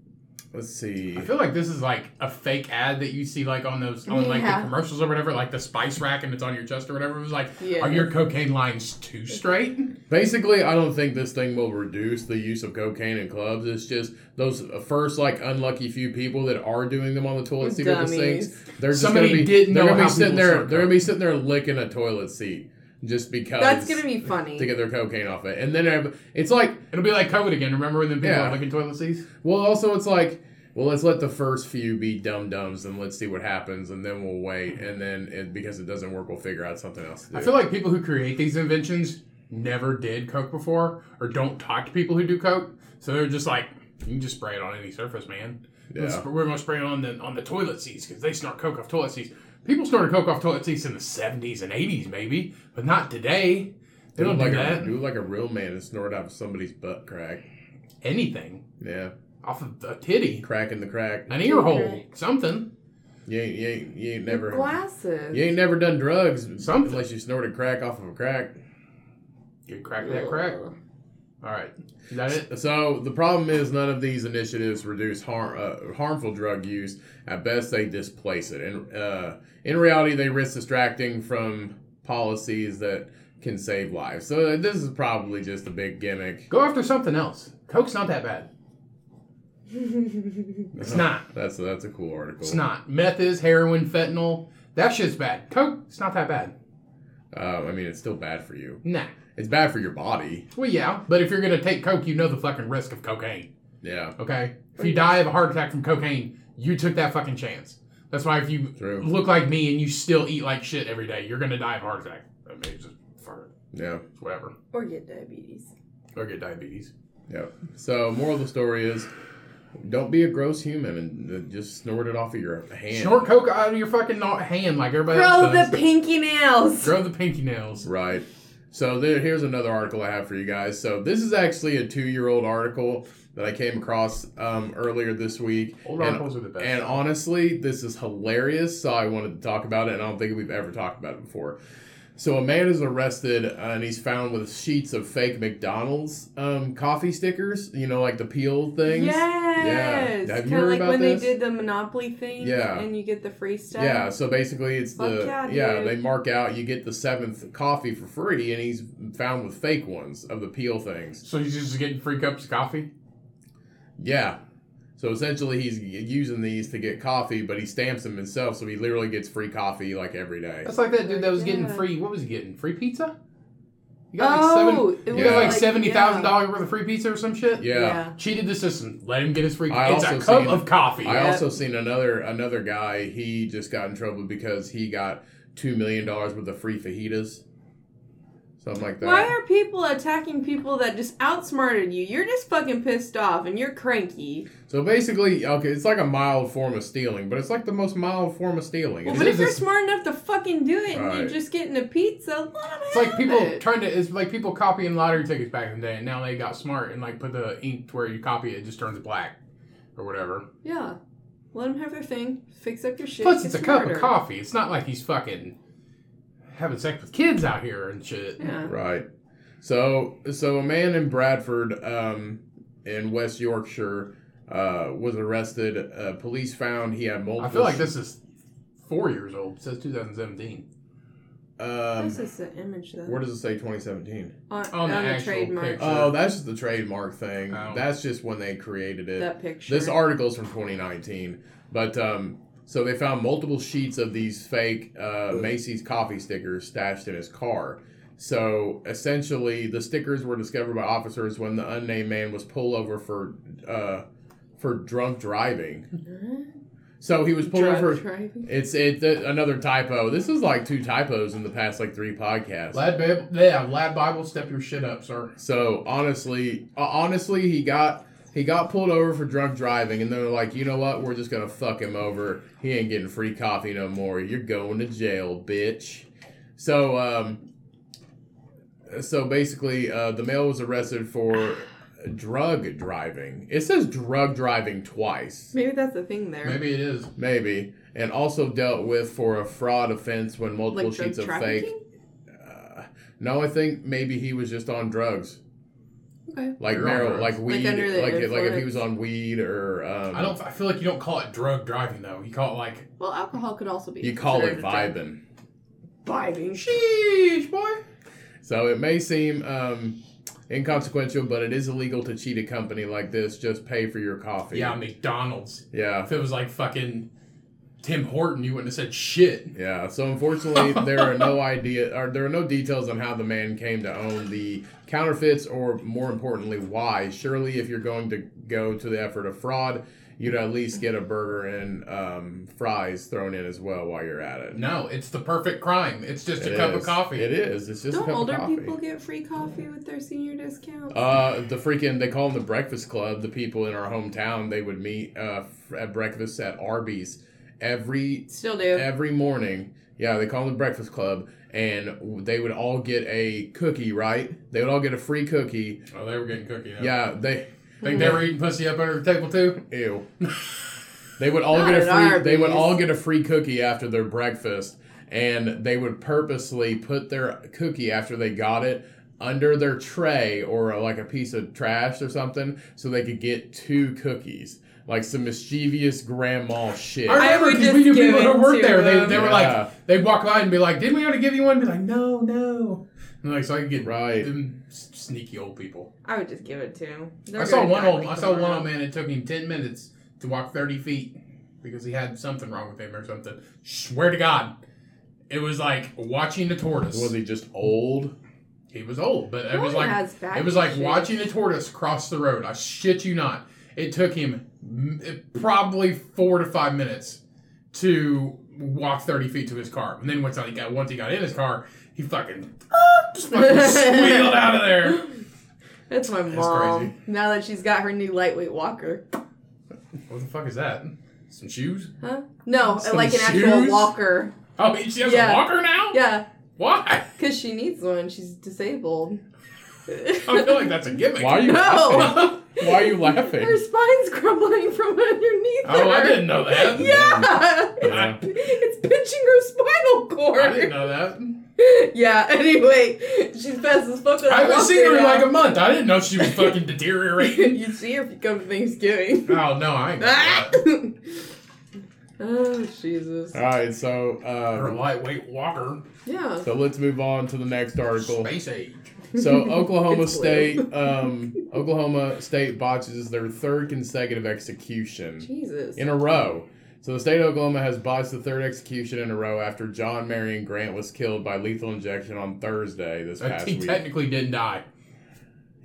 Speaker 1: let's see.
Speaker 2: I feel like this is like a fake ad that you see like on those on like the
Speaker 3: Yeah.
Speaker 2: commercials or whatever, like the spice rack and it's on your chest or whatever. It was like,
Speaker 3: Yeah.
Speaker 2: are your cocaine lines too straight?
Speaker 1: Basically, I don't think this thing will reduce the use of cocaine in clubs. It's just those first like unlucky few people that are doing them on the toilet seat or the
Speaker 3: Dummies.
Speaker 1: sinks. They're just
Speaker 2: Somebody
Speaker 1: gonna be
Speaker 2: didn't
Speaker 1: they're
Speaker 2: know
Speaker 1: gonna be
Speaker 2: how
Speaker 1: sitting
Speaker 2: people
Speaker 1: there
Speaker 2: suck
Speaker 1: they're gonna
Speaker 2: up.
Speaker 1: be sitting there licking a toilet seat just because
Speaker 3: that's gonna be funny.
Speaker 1: to get their cocaine off it. And then ev- it's like
Speaker 2: It'll be like COVID again. Remember when the people
Speaker 1: Yeah.
Speaker 2: are licking toilet seats?
Speaker 1: well, also it's like well, let's let the first few be dum dums and let's see what happens, and then we'll wait, and then it, because it doesn't work, we'll figure out something else to do.
Speaker 2: I feel like people who create these inventions never did coke before or don't talk to people who do coke, so they're just like, you can just spray it on any surface, man. Let's-
Speaker 1: Yeah.
Speaker 2: We're gonna spray it on the on the toilet seats because they snort coke off toilet seats. People snorted coke off toilet seats in the seventies and eighties, maybe, but not today. They don't
Speaker 1: it like
Speaker 2: do
Speaker 1: A,
Speaker 2: that.
Speaker 1: do it like a real man and snort out of somebody's butt crack.
Speaker 2: Anything
Speaker 1: Yeah,
Speaker 2: off of a titty,
Speaker 1: crack in the crack.
Speaker 2: an ear hole, something.
Speaker 1: You ain't, you ain't, you ain't
Speaker 3: Your
Speaker 1: never.
Speaker 3: glasses.
Speaker 1: You ain't never done drugs
Speaker 2: Something.
Speaker 1: unless you snorted crack off of a crack.
Speaker 2: You crack that crack. All right, is that it?
Speaker 1: So the problem is none of these initiatives reduce harm, uh, harmful drug use. At best, they displace it, and uh, in reality, they risk distracting from policies that can save lives. So uh, this is probably just a big gimmick.
Speaker 2: Go after something else. Coke's not that bad. It's not.
Speaker 1: That's that's a cool article.
Speaker 2: It's not. Meth is heroin, fentanyl. That shit's bad. Coke, it's not that bad.
Speaker 1: Uh, I mean, it's still bad for you.
Speaker 2: Nah.
Speaker 1: It's bad for your body.
Speaker 2: Well, yeah, but if you're gonna take coke, you know the fucking risk of cocaine.
Speaker 1: Yeah,
Speaker 2: Okay. If you die of a heart attack from cocaine, you took that fucking chance. That's why if you
Speaker 1: True.
Speaker 2: look like me and you still eat like shit every day, you're gonna die of a heart attack. I mean, it's just fart.
Speaker 1: yeah,
Speaker 2: It's whatever.
Speaker 3: Or get diabetes.
Speaker 2: Or get diabetes.
Speaker 1: yeah. So moral of the story is, don't be a gross human and uh, just snort it off of your hand.
Speaker 2: Snort coke out of your fucking no- hand like everybody
Speaker 3: Grow
Speaker 2: else does.
Speaker 3: the pinky nails.
Speaker 2: Grow the pinky nails.
Speaker 1: Right. So there, here's another article I have for you guys. So this is actually a two-year-old article that I came across um, earlier this week.
Speaker 2: Old
Speaker 1: And-
Speaker 2: articles are the best.
Speaker 1: And honestly, this is hilarious. So I wanted to talk about it, and I don't think we've ever talked about it before. So a man is arrested, uh, and he's found with sheets of fake McDonald's um, coffee stickers. You know, like the peel things.
Speaker 3: Yes.
Speaker 1: Have you
Speaker 3: Kinda
Speaker 1: heard
Speaker 3: like
Speaker 1: about
Speaker 3: when
Speaker 1: this?
Speaker 3: they did the Monopoly thing
Speaker 1: Yeah.
Speaker 3: and you get the free stuff.
Speaker 1: Yeah, so basically it's
Speaker 3: Fuck
Speaker 1: the
Speaker 3: yeah,
Speaker 1: yeah,
Speaker 3: dude.
Speaker 1: they mark out you get the seventh coffee for free and he's found with fake ones of the peel things.
Speaker 2: so he's just getting free cups of coffee?
Speaker 1: Yeah. So essentially he's using these to get coffee, but he stamps them himself so he literally gets free coffee like every day.
Speaker 2: That's like that dude that was getting
Speaker 3: Yeah.
Speaker 2: free. What was he getting? Free pizza? You got like seven.
Speaker 3: Oh, it
Speaker 2: You
Speaker 3: was
Speaker 2: got like
Speaker 1: Yeah.
Speaker 2: seventy thousand dollars worth of free pizza or some shit.
Speaker 1: Yeah.
Speaker 2: Cheated the system. Let him get his free.
Speaker 1: I
Speaker 2: it's a
Speaker 1: also
Speaker 2: cup
Speaker 1: seen-
Speaker 2: of coffee.
Speaker 1: I also seen another another guy, he just got in trouble because he got 2 million dollars worth of free fajitas. Something like that.
Speaker 3: Why are people attacking people that just outsmarted you? You're just fucking pissed off and you're cranky.
Speaker 1: so basically, okay, it's like a mild form of stealing, but it's like the most mild form of stealing.
Speaker 3: Well,
Speaker 1: It's
Speaker 3: but
Speaker 2: is
Speaker 3: if you're
Speaker 2: this-
Speaker 3: smart enough to fucking do it and
Speaker 1: Right.
Speaker 3: you're just getting a pizza, let 'em
Speaker 2: It's like
Speaker 3: have
Speaker 2: people
Speaker 3: it.
Speaker 2: trying to. It's like people copying lottery tickets back in the day, and now they got smart and like put the ink to where you copy it, it just turns black, or whatever.
Speaker 3: Yeah. Let them have their thing. Fix up your shit.
Speaker 2: Plus,
Speaker 3: get
Speaker 2: it's a cup of
Speaker 3: smarter.
Speaker 2: coffee. It's not like he's fucking having sex with kids out here and shit.
Speaker 3: Yeah.
Speaker 1: Right. So, so a man in Bradford, um, in West Yorkshire, uh, was arrested. Uh, police found he had multiple.
Speaker 2: I feel like this is four years old. It says 2017
Speaker 1: Um,
Speaker 3: That's just the image, though.
Speaker 1: where does it say 2017?
Speaker 2: on
Speaker 3: on,
Speaker 2: the
Speaker 3: on the
Speaker 2: actual
Speaker 3: trademark.
Speaker 2: picture.
Speaker 1: Oh, that's just the trademark thing.
Speaker 2: Oh.
Speaker 1: That's just when they created it.
Speaker 3: That picture.
Speaker 1: This article's from 2019, but um, so they found multiple sheets of these fake uh, Macy's coffee stickers stashed in his car. So essentially, the stickers were discovered by officers when the unnamed man was pulled over for uh, for drunk driving. So he was pulled
Speaker 3: Drug
Speaker 1: over.
Speaker 3: driving.
Speaker 1: It's it th- another typo. This is like two typos in the past like three podcasts.
Speaker 2: Lad Bible, yeah, Lad Bible, step your shit up, sir.
Speaker 1: So honestly, uh, honestly, he got he got pulled over for drunk driving, and they're like, you know what? We're just gonna fuck him over. He ain't getting free coffee no more. You're going to jail, bitch. So um, so basically, uh, the male was arrested for drug driving. It says drug driving twice,
Speaker 3: Maybe that's the thing there.
Speaker 2: Maybe it is.
Speaker 1: maybe, and also dealt with for a fraud offense when
Speaker 3: Like
Speaker 1: multiple
Speaker 3: drug
Speaker 1: sheets of fake. uh,
Speaker 3: trafficking?
Speaker 1: No, I think maybe he was just on drugs.
Speaker 3: Okay.
Speaker 1: like
Speaker 2: You're on
Speaker 1: marijuana,
Speaker 2: drugs.
Speaker 1: like weed, like
Speaker 3: under the
Speaker 1: like, if he
Speaker 3: influence.
Speaker 1: was on weed or um,
Speaker 2: I don't. I feel like you don't call it drug driving though. You call it like
Speaker 3: Well, alcohol could also be.
Speaker 1: You call it
Speaker 3: considered a drug.
Speaker 1: vibing,
Speaker 3: Vibing.
Speaker 2: sheesh, boy.
Speaker 1: so it may seem um, inconsequential, but it is illegal to cheat a company like this. Just pay for your coffee.
Speaker 2: Yeah, McDonald's.
Speaker 1: yeah,
Speaker 2: If it was like fucking Tim Horton, you wouldn't have said shit.
Speaker 1: yeah. So unfortunately, there are no idea, or there are no details on how the man came to own the counterfeits, or more importantly, why. Surely, if you're going to go to the effort of fraud. You'd at least get a burger and um, fries thrown in as well while you're at it.
Speaker 2: No, it's the perfect crime. It's just a
Speaker 1: It
Speaker 2: cup of
Speaker 1: is.
Speaker 2: coffee.
Speaker 1: It is. It's just a
Speaker 3: Don't
Speaker 1: cup of
Speaker 3: older
Speaker 1: coffee.
Speaker 3: people get free coffee with their senior discount?
Speaker 1: Uh, the freaking they call them the Breakfast Club. The people in our hometown they would meet uh, f- at breakfast at Arby's, every
Speaker 3: Still do.
Speaker 1: every morning. Yeah, they call them the Breakfast Club, and they would all get a cookie, right? They would all get a free cookie.
Speaker 2: Oh, they were getting cookie. Yeah.
Speaker 1: Yeah, they
Speaker 2: Think they were eating pussy up under the table too.
Speaker 1: ew. they would all
Speaker 3: Not
Speaker 1: get a
Speaker 3: at
Speaker 1: free. They would
Speaker 3: Arby's.
Speaker 1: all get a free cookie after their breakfast, and they would purposely put their cookie after they got it under their tray or uh, like a piece of trash or something, so they could get two cookies. Like some mischievous grandma shit.
Speaker 2: I remember
Speaker 3: would
Speaker 2: 'cause
Speaker 3: just
Speaker 2: we knew
Speaker 3: give
Speaker 2: people
Speaker 3: it
Speaker 2: who worked
Speaker 3: to
Speaker 2: there.
Speaker 3: um,
Speaker 2: They,
Speaker 3: them.
Speaker 2: they were
Speaker 1: Yeah.
Speaker 2: like, they'd walk by and be like, "Didn't we already give you one?" Be like, "No, no." And like, so I could get
Speaker 1: Right.
Speaker 2: them s- sneaky old people.
Speaker 3: I would just give it to him.
Speaker 2: I saw one old. I saw one old man. It took him ten minutes to walk thirty feet because he had something wrong with him or something. Swear to God, it was like watching a tortoise.
Speaker 1: Was he just old?
Speaker 2: He was old, but it was like
Speaker 3: Jordan has back
Speaker 2: it was like
Speaker 3: issues.
Speaker 2: watching a tortoise cross the road. I shit you not. It took him mm, it- probably four to five minutes to walk thirty feet to his car, and then once he got once he got in his car, he fucking just fucking squealed out of there.
Speaker 3: That's my mom. Now that she's got her new lightweight walker.
Speaker 2: What the fuck is that? Some shoes?
Speaker 3: Huh? No,
Speaker 1: Some
Speaker 3: like an
Speaker 1: shoes?
Speaker 3: actual walker.
Speaker 2: Oh, she has
Speaker 3: Yeah.
Speaker 2: a walker now.
Speaker 3: Yeah,
Speaker 2: Why?
Speaker 3: because she needs one. She's disabled.
Speaker 2: I feel like that's a gimmick.
Speaker 1: Why are you? laughing?
Speaker 3: no!
Speaker 1: Why are you laughing?
Speaker 3: her spine's crumbling from underneath her.
Speaker 2: Oh, I didn't know that.
Speaker 3: Yeah!
Speaker 1: Yeah.
Speaker 3: It's, it's pinching her spinal cord.
Speaker 2: I didn't know that.
Speaker 3: Yeah, anyway, she's fast as fuck. with
Speaker 2: I
Speaker 3: that
Speaker 2: haven't seen her
Speaker 3: walker
Speaker 2: in
Speaker 3: now.
Speaker 2: like a month. I didn't know she was fucking deteriorating.
Speaker 3: you see her if you come to Thanksgiving. Ah!
Speaker 2: Oh no, I ain't. gonna do that.
Speaker 3: oh, Jesus.
Speaker 1: All right, so
Speaker 2: Or a
Speaker 1: uh,
Speaker 2: lightweight walker,
Speaker 3: Yeah.
Speaker 1: so let's move on to the next article.
Speaker 2: space age.
Speaker 1: So Oklahoma
Speaker 3: It's blue.
Speaker 1: State, um, Oklahoma State botches their third consecutive execution
Speaker 3: Jesus.
Speaker 1: in a row. So the state of Oklahoma has botched the third execution in a row after John Marion Grant was killed by lethal injection on Thursday this
Speaker 2: Like,
Speaker 1: past
Speaker 2: he
Speaker 1: week.
Speaker 2: technically didn't die.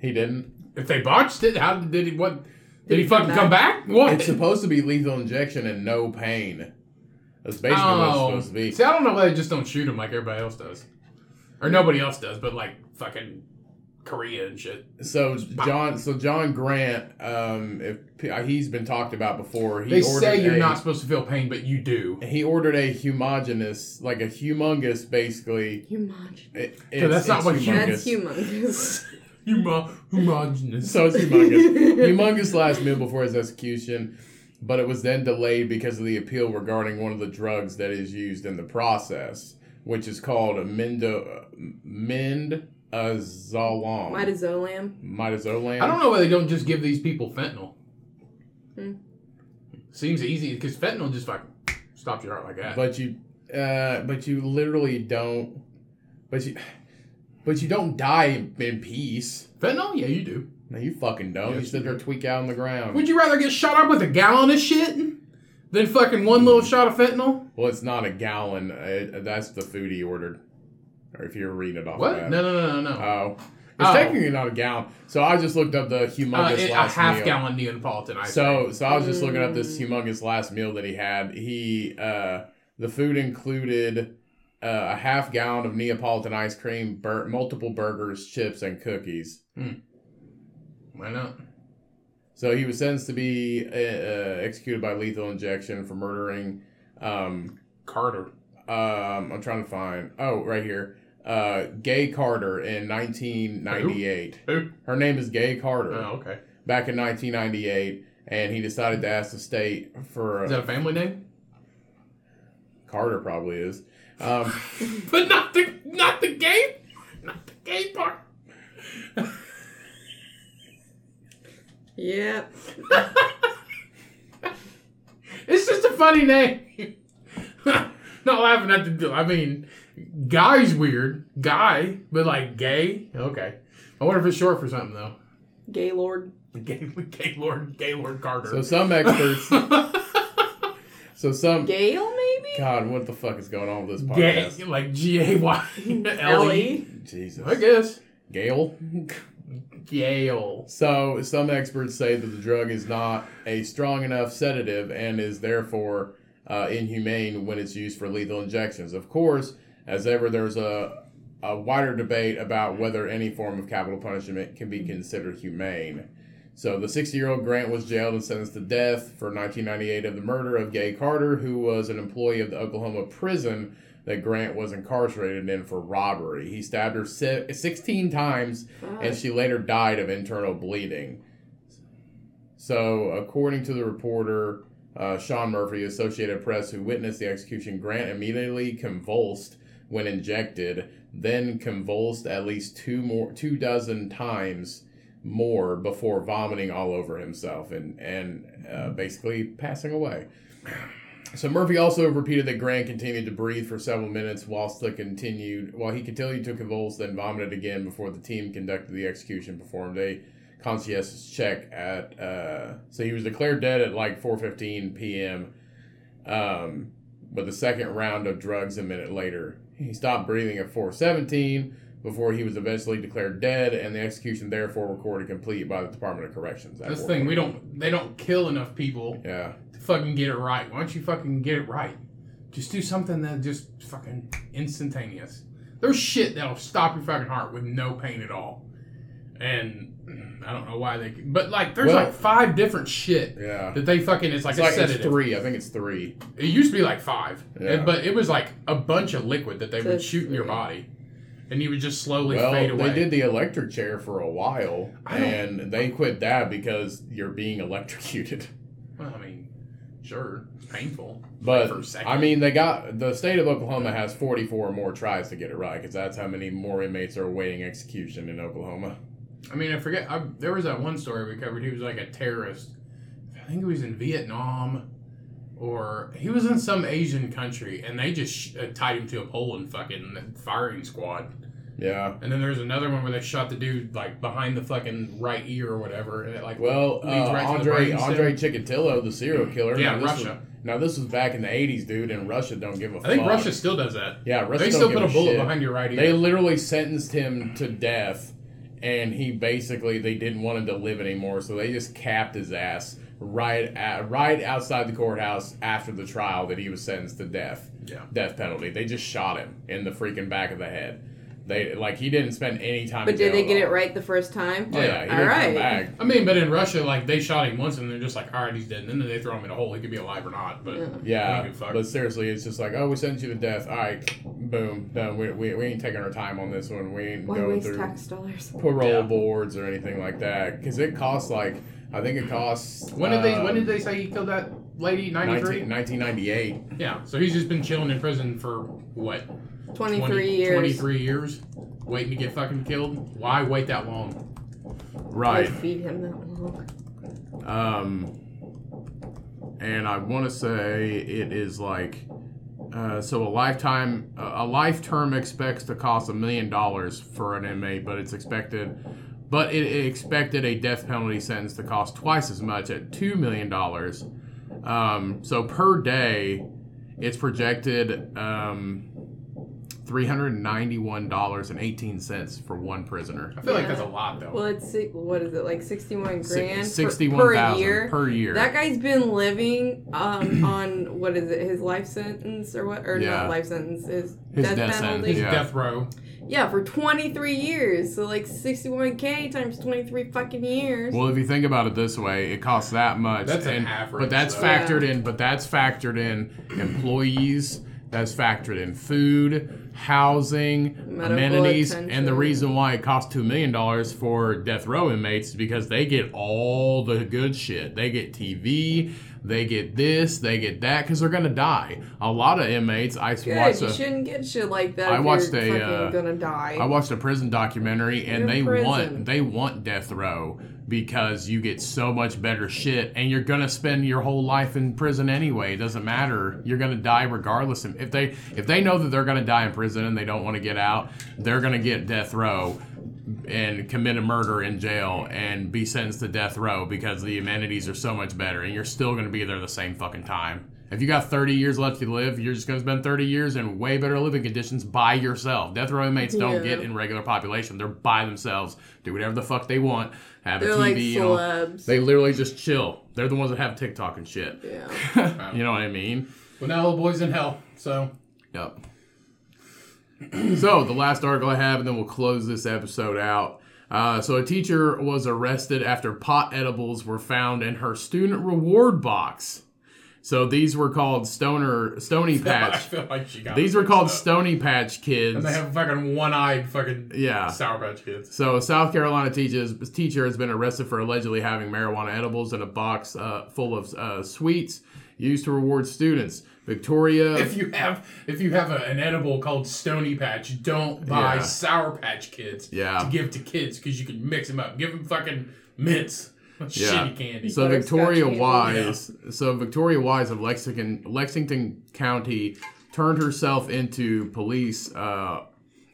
Speaker 1: He didn't.
Speaker 2: If they botched it, how did he? What? Did,
Speaker 3: Did
Speaker 2: he,
Speaker 3: he
Speaker 2: fucking come
Speaker 3: come
Speaker 2: back? What?
Speaker 1: It's supposed to be lethal injection and no pain. That's basically what it's
Speaker 2: oh.
Speaker 1: supposed to be.
Speaker 2: See, I don't know why they just don't shoot him like everybody else does, or nobody else does, but like fucking Korea and shit.
Speaker 1: So John, so John Grant, um, if he's been talked about before, he
Speaker 2: They
Speaker 1: ordered
Speaker 2: say you're
Speaker 1: a-
Speaker 2: not supposed to feel pain, but you do.
Speaker 1: He ordered a humogenous, like a humongous, basically.
Speaker 3: Humongous.
Speaker 1: It,
Speaker 2: So that's not what humongous.
Speaker 3: That's humongous.
Speaker 2: Humo- homogenous.
Speaker 1: So it's humongous. humongous last meal before his execution, but it was then delayed because of the appeal regarding one of the drugs that is used in the process, which is called amendo, mendazolam.
Speaker 3: Midazolam.
Speaker 1: Midazolam.
Speaker 2: I don't know why they don't just give these people fentanyl.
Speaker 3: Hmm.
Speaker 2: Seems easy because fentanyl just fucking stops your heart like that.
Speaker 1: But you, uh, but you literally don't. But you, but you don't die in peace.
Speaker 2: fentanyl? Yeah, you do.
Speaker 1: No, you fucking don't.
Speaker 2: Yes,
Speaker 1: you sit
Speaker 2: you
Speaker 1: there tweak out on the ground.
Speaker 2: Would you rather get shot up with a gallon of shit than fucking one little shot of fentanyl?
Speaker 1: Well, it's not a gallon. Uh that's the food he ordered. Or if you're reading it off
Speaker 2: What?
Speaker 1: that.
Speaker 2: No, no, no, no, no.
Speaker 1: Oh. It's
Speaker 2: Oh.
Speaker 1: technically not a gallon. So I just looked up the
Speaker 2: Uh,
Speaker 1: humongous
Speaker 2: it- a
Speaker 1: last
Speaker 2: half
Speaker 1: meal.
Speaker 2: gallon Neapolitan ice.
Speaker 1: So so I was just looking up this
Speaker 3: Mm.
Speaker 1: humongous last meal that he had. He uh the food included uh, a half gallon of Neapolitan ice cream, bur- multiple burgers, chips, and cookies.
Speaker 2: why not?
Speaker 1: So he was sentenced to be uh, uh, executed by lethal injection for murdering um,
Speaker 2: Carter.
Speaker 1: um, I'm trying to find. Oh, right here. Uh, Gay Carter in 1998.
Speaker 2: Who?
Speaker 1: Her name is Gay
Speaker 2: Oh,
Speaker 1: Carter.
Speaker 2: okay.
Speaker 1: Back in 1998, and he decided to ask the state for
Speaker 2: Is that a family name?
Speaker 1: Carter. Probably is. Um,
Speaker 2: But not the not the gay, not the gay part.
Speaker 3: Yep.
Speaker 2: It's just a funny name. not laughing at the. deal. I mean, guy's weird, guy, but like gay. Okay. I wonder if it's short for something though.
Speaker 3: Gaylord.
Speaker 2: Gay, gay Lord, Gay Lord Carter.
Speaker 1: so some experts. so some.
Speaker 3: Gale, maybe?
Speaker 1: God, what the fuck is going on with this
Speaker 2: Gay,
Speaker 1: podcast?
Speaker 2: like G A Y L E.
Speaker 1: Jesus.
Speaker 2: I guess.
Speaker 1: Gail.
Speaker 2: Gale.
Speaker 1: So some experts say that the drug is not a strong enough sedative and is therefore uh, inhumane when it's used for lethal injections. Of course, as ever, there's a a wider debate about whether any form of capital punishment can be considered humane. So the 60 year old Grant was jailed and sentenced to death for 1998 of the murder of Gay Carter, who was an employee of the Oklahoma prison that Grant was incarcerated in for robbery. He stabbed her si- 16 times and
Speaker 3: Fuck.
Speaker 1: she later died of internal bleeding. So, according to the reporter, uh, Sean Murphy, Associated Press, who witnessed the execution, Grant immediately convulsed when injected, then convulsed at least two more two dozen times more before vomiting all over himself and and uh, basically passing away. So Murphy also repeated that Grant continued to breathe for several minutes whilst the continued while he continued to convulse, then vomited again before the team conducted the execution, performed a conscientious check at. Uh, so he was declared dead at like 4:15 p.m. Um, but the second round of drugs a minute later, he stopped breathing at 4:17 before he was eventually declared dead, and the execution therefore recorded complete by the Department of Corrections. at
Speaker 2: That's the thing. We
Speaker 1: 4:15.
Speaker 2: don't. They don't kill enough people
Speaker 1: Yeah.
Speaker 2: to fucking get it right. Why don't you fucking get it right? Just do something that just fucking instantaneous. There's shit that'll stop your fucking heart with no pain at all. And mm, I don't know why they. But like, there's
Speaker 1: Well-
Speaker 2: like five different shit
Speaker 1: Yeah.
Speaker 2: that they fucking. It's like
Speaker 1: It's
Speaker 2: a
Speaker 1: like it's
Speaker 2: sedative.
Speaker 1: three. I think it's three.
Speaker 2: It used to be like five,
Speaker 1: Yeah.
Speaker 2: but it was like a bunch of liquid that they would
Speaker 3: Just-
Speaker 2: shoot in your body, and you would just slowly
Speaker 1: Well,
Speaker 2: fade away.
Speaker 1: they did the electric chair for a while,
Speaker 2: I don't-
Speaker 1: and they quit that because you're being electrocuted.
Speaker 2: Well, I mean, sure, it's painful.
Speaker 1: But
Speaker 2: for a second.
Speaker 1: I mean, they got the state of Oklahoma has 44 more tries to get it right because that's how many more inmates are awaiting execution in Oklahoma.
Speaker 2: I mean, I forget. I, there was that one story we covered. He was like a terrorist. I think he was in Vietnam, or he was in some Asian country, and they just sh- uh, tied him to a pole and fucking firing squad.
Speaker 1: Yeah.
Speaker 2: And then there's another one where they shot the dude like behind the fucking right ear or whatever, and it like
Speaker 1: Well, uh,
Speaker 2: Leads right to the
Speaker 1: Andre
Speaker 2: brainstem.
Speaker 1: Andre Chicatillo, the serial killer.
Speaker 2: Yeah,
Speaker 1: now this
Speaker 2: Russia.
Speaker 1: Was, now this was back in the 80s, dude, and Russia don't give a fuck.
Speaker 2: I think Russia still does that.
Speaker 1: Yeah, Russia
Speaker 2: they
Speaker 1: don't
Speaker 2: still
Speaker 1: give
Speaker 2: put a bullet
Speaker 1: shit.
Speaker 2: behind your right ear.
Speaker 1: They literally sentenced him to death, and he basically they didn't want him to live anymore, so they just capped his ass right at, right outside the courthouse after the trial that he was sentenced to death.
Speaker 2: Yeah.
Speaker 1: death penalty. They just shot him in the freaking back of the head. They like he didn't spend any time.
Speaker 3: But
Speaker 1: in
Speaker 3: did
Speaker 1: jail
Speaker 3: they get
Speaker 1: at
Speaker 3: it
Speaker 1: all.
Speaker 3: right the first time?
Speaker 1: Oh, yeah, he
Speaker 3: All
Speaker 1: didn't
Speaker 3: right.
Speaker 1: come back.
Speaker 2: I mean, but in Russia, like they shot him once, and they're just like, "All right, he's dead." And then they throw him in a hole. He could be alive or not. But
Speaker 3: Yeah.
Speaker 1: Yeah,
Speaker 2: Fucking fuck.
Speaker 1: but seriously, it's just like, oh, we sentenced you to death. All right, boom, done. We, we, we ain't taking our time on this one. We ain't
Speaker 3: Why
Speaker 1: going
Speaker 3: waste
Speaker 1: through.
Speaker 3: tax dollars?
Speaker 1: parole
Speaker 2: Yeah.
Speaker 1: boards or anything like that because it costs like I think it costs.
Speaker 2: when did they?
Speaker 1: um,
Speaker 2: When did they say he killed that lady? Ninety
Speaker 1: 19-
Speaker 2: three.
Speaker 1: 1998.
Speaker 2: Yeah. So he's just been chilling in prison for what?
Speaker 3: 23
Speaker 2: 20
Speaker 3: years.
Speaker 2: Twenty-three years, waiting to get fucking killed. Why wait that long?
Speaker 1: Right.
Speaker 3: They feed him that long.
Speaker 1: Um, and I want to say it is like. Uh, so a lifetime, a a life term expects to cost a million dollars for an inmate, but it's expected, but it, it expected a death penalty sentence to cost twice as much at two million dollars. Um, so per day, it's projected um, three hundred ninety-one dollars and eighteen cents for one prisoner.
Speaker 2: I feel like
Speaker 3: Yeah.
Speaker 2: that's a lot, though.
Speaker 3: Well, it's si- what is it like 61
Speaker 1: Si-
Speaker 3: grand per, per
Speaker 1: 61,000
Speaker 3: year?
Speaker 1: per year.
Speaker 3: That guy's been living um, on what is it? His life sentence or what? Or
Speaker 1: Yeah.
Speaker 3: not life sentence? His,
Speaker 1: His
Speaker 3: death,
Speaker 1: death
Speaker 3: penalty.
Speaker 1: sentence,
Speaker 2: His
Speaker 1: yeah.
Speaker 2: death row.
Speaker 3: Yeah, for 23 years. So like 61k times 23 fucking years.
Speaker 1: Well, if you think about it this way, it costs that much.
Speaker 2: That's an
Speaker 1: and-
Speaker 2: average,
Speaker 1: but that's
Speaker 2: though.
Speaker 1: factored in. But that's factored in employees. That's factored in food, housing,
Speaker 3: Medical
Speaker 1: amenities, and the
Speaker 3: attention.
Speaker 1: reason why it costs two million dollars for death row inmates is because they get all the good shit. They get TV. They get this, they get that, because they're gonna die. A lot of inmates, I
Speaker 3: Good.
Speaker 1: watched
Speaker 3: you
Speaker 1: a-
Speaker 3: shouldn't get shit like that.
Speaker 1: I
Speaker 3: if
Speaker 1: watched
Speaker 3: you're
Speaker 1: a,
Speaker 3: fucking
Speaker 1: uh,
Speaker 3: gonna die.
Speaker 1: I watched a prison documentary and
Speaker 3: You're
Speaker 1: they
Speaker 3: prison.
Speaker 1: want they want death row because you get so much better shit and you're gonna spend your whole life in prison anyway. It doesn't matter. You're gonna die regardless. If they if they know that they're gonna die in prison and they don't want to get out, they're gonna get death row and commit a murder in jail and be sentenced to death row because the amenities are so much better and you're still gonna be there the same fucking time. If you got 30 years left to live, you're just going to spend 30 years in way better living conditions by yourself. Death row inmates don't
Speaker 3: Yeah.
Speaker 1: get in regular population. They're by themselves, do whatever the fuck they want, have a
Speaker 3: They're
Speaker 1: TV.
Speaker 3: like
Speaker 1: you know.
Speaker 3: celebs.
Speaker 1: They literally just chill. They're the ones that have TikTok and shit.
Speaker 3: yeah.
Speaker 1: you know what I mean?
Speaker 2: Well, now the boy's in hell. So
Speaker 1: Yep. so the last article I have, and then we'll close this episode out. Uh, so a teacher was arrested after pot edibles were found in her student reward box. So these were called stoner stony
Speaker 2: I
Speaker 1: patch.
Speaker 2: feel like she got
Speaker 1: These
Speaker 2: it
Speaker 1: were called
Speaker 2: mixed up.
Speaker 1: stony patch kids.
Speaker 2: And they have fucking one-eyed fucking
Speaker 1: Yeah.
Speaker 2: Sour Patch Kids.
Speaker 1: So, a South Carolina teaches, teacher has been arrested for allegedly having marijuana edibles in a box uh, full of uh, sweets used to reward students. Victoria,
Speaker 2: If you have if you have a, an edible called Stony Patch, don't buy
Speaker 1: Yeah.
Speaker 2: Sour Patch Kids
Speaker 1: Yeah.
Speaker 2: to give to kids because you can mix them up. Give them fucking mints, shitty candy.
Speaker 1: So
Speaker 3: Butterscotch
Speaker 1: Victoria
Speaker 3: candy.
Speaker 1: Wise, so Victoria Wise of Lexington, Lexington County, turned herself into police uh,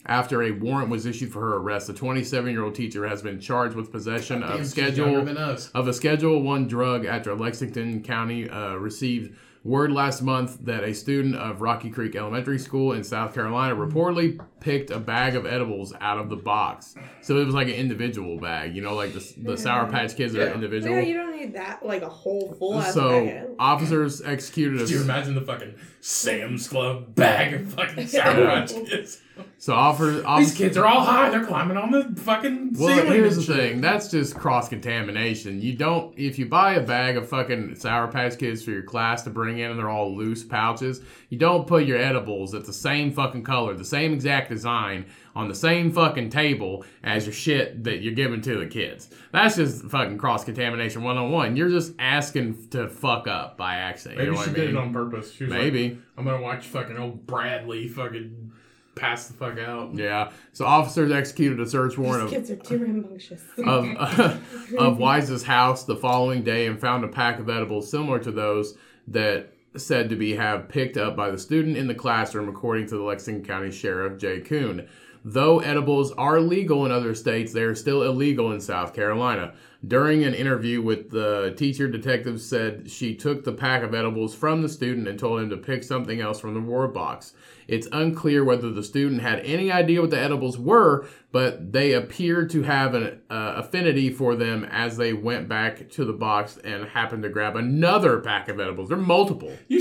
Speaker 1: after a warrant was issued for her arrest. The 27-year-old teacher has been charged with possession
Speaker 2: Damn,
Speaker 1: of
Speaker 2: she's younger
Speaker 1: uh, schedule
Speaker 2: than us.
Speaker 1: of a Schedule One drug after Lexington County uh, received word last month that a student of Rocky Creek Elementary School in South Carolina
Speaker 2: Mm-hmm.
Speaker 1: reportedly picked a bag of edibles out of the box. So it was like an individual bag, you know, like the, the Sour Patch Kids are
Speaker 2: Yeah.
Speaker 1: individual.
Speaker 4: Yeah, you don't need that like a whole full ass bag.
Speaker 1: So officers executed.
Speaker 2: Could you
Speaker 1: A,
Speaker 2: imagine the fucking Sam's Club bag of fucking Sour Patch Kids?
Speaker 1: so offer,
Speaker 2: These
Speaker 1: officers.
Speaker 2: kids are all high. They're climbing on the fucking
Speaker 1: Well,
Speaker 2: ceiling.
Speaker 1: here's the
Speaker 2: and shit.
Speaker 1: thing. That's just cross contamination. You don't. If you buy a bag of fucking Sour Patch Kids for your class to bring in, and they're all loose pouches, you don't put your edibles at the same fucking color, the same exact design, on the same fucking table as your shit that you're giving to the kids. That's just fucking cross contamination one on one. You're just asking to fuck up by accident.
Speaker 2: Maybe
Speaker 1: you know what
Speaker 2: she
Speaker 1: I
Speaker 2: did
Speaker 1: mean?
Speaker 2: it on purpose. She was like,
Speaker 1: Maybe.
Speaker 2: I'm gonna watch fucking old Bradley fucking pass the fuck out.
Speaker 1: yeah. So officers executed a search warrant
Speaker 4: These
Speaker 1: of
Speaker 4: kids are too rambunctious.
Speaker 1: of, of Wise's house the following day and found a pack of edibles similar to those that said to be have picked up by the student in the classroom, according to the Lexington County Sheriff Jay Kuhn. Though edibles are legal in other states, they are still illegal in South Carolina. During an interview with the teacher, detective said she took the pack of edibles from the student and told him to pick something else from the war box. It's unclear whether the student had any idea what the edibles were, but they appeared to have an uh, affinity for them as they went back to the box and happened to grab another pack of edibles. They're multiple.
Speaker 2: You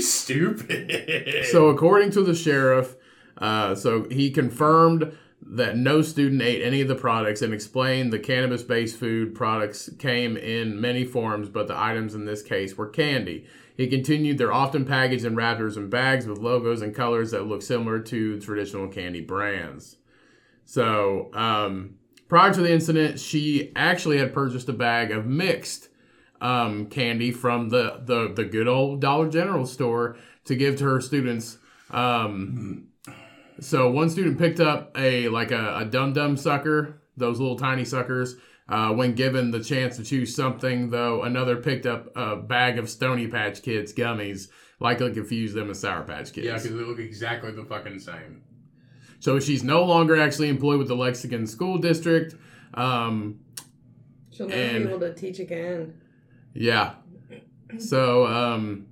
Speaker 2: stupid.
Speaker 1: So, according to the sheriff, uh, so he confirmed that no student ate any of the products and explained the cannabis based food products came in many forms, but the items in this case were candy. He continued, they're often packaged in wrappers and bags with logos and colors that look similar to traditional candy brands. So, um, prior to the incident, she actually had purchased a bag of mixed um, candy from the, the, the good old Dollar General store to give to her students. Um, so one student picked up a like a, a dum dum sucker, those little tiny suckers. Uh, when given the chance to choose something, though, another picked up a bag of Stony Patch Kids gummies, likely confused them as Sour Patch Kids.
Speaker 2: yeah, because they look exactly the fucking same.
Speaker 1: So she's no longer actually employed with the Lexington School District. Um,
Speaker 4: She'll never
Speaker 1: and-
Speaker 4: be able to teach again.
Speaker 1: yeah. So um,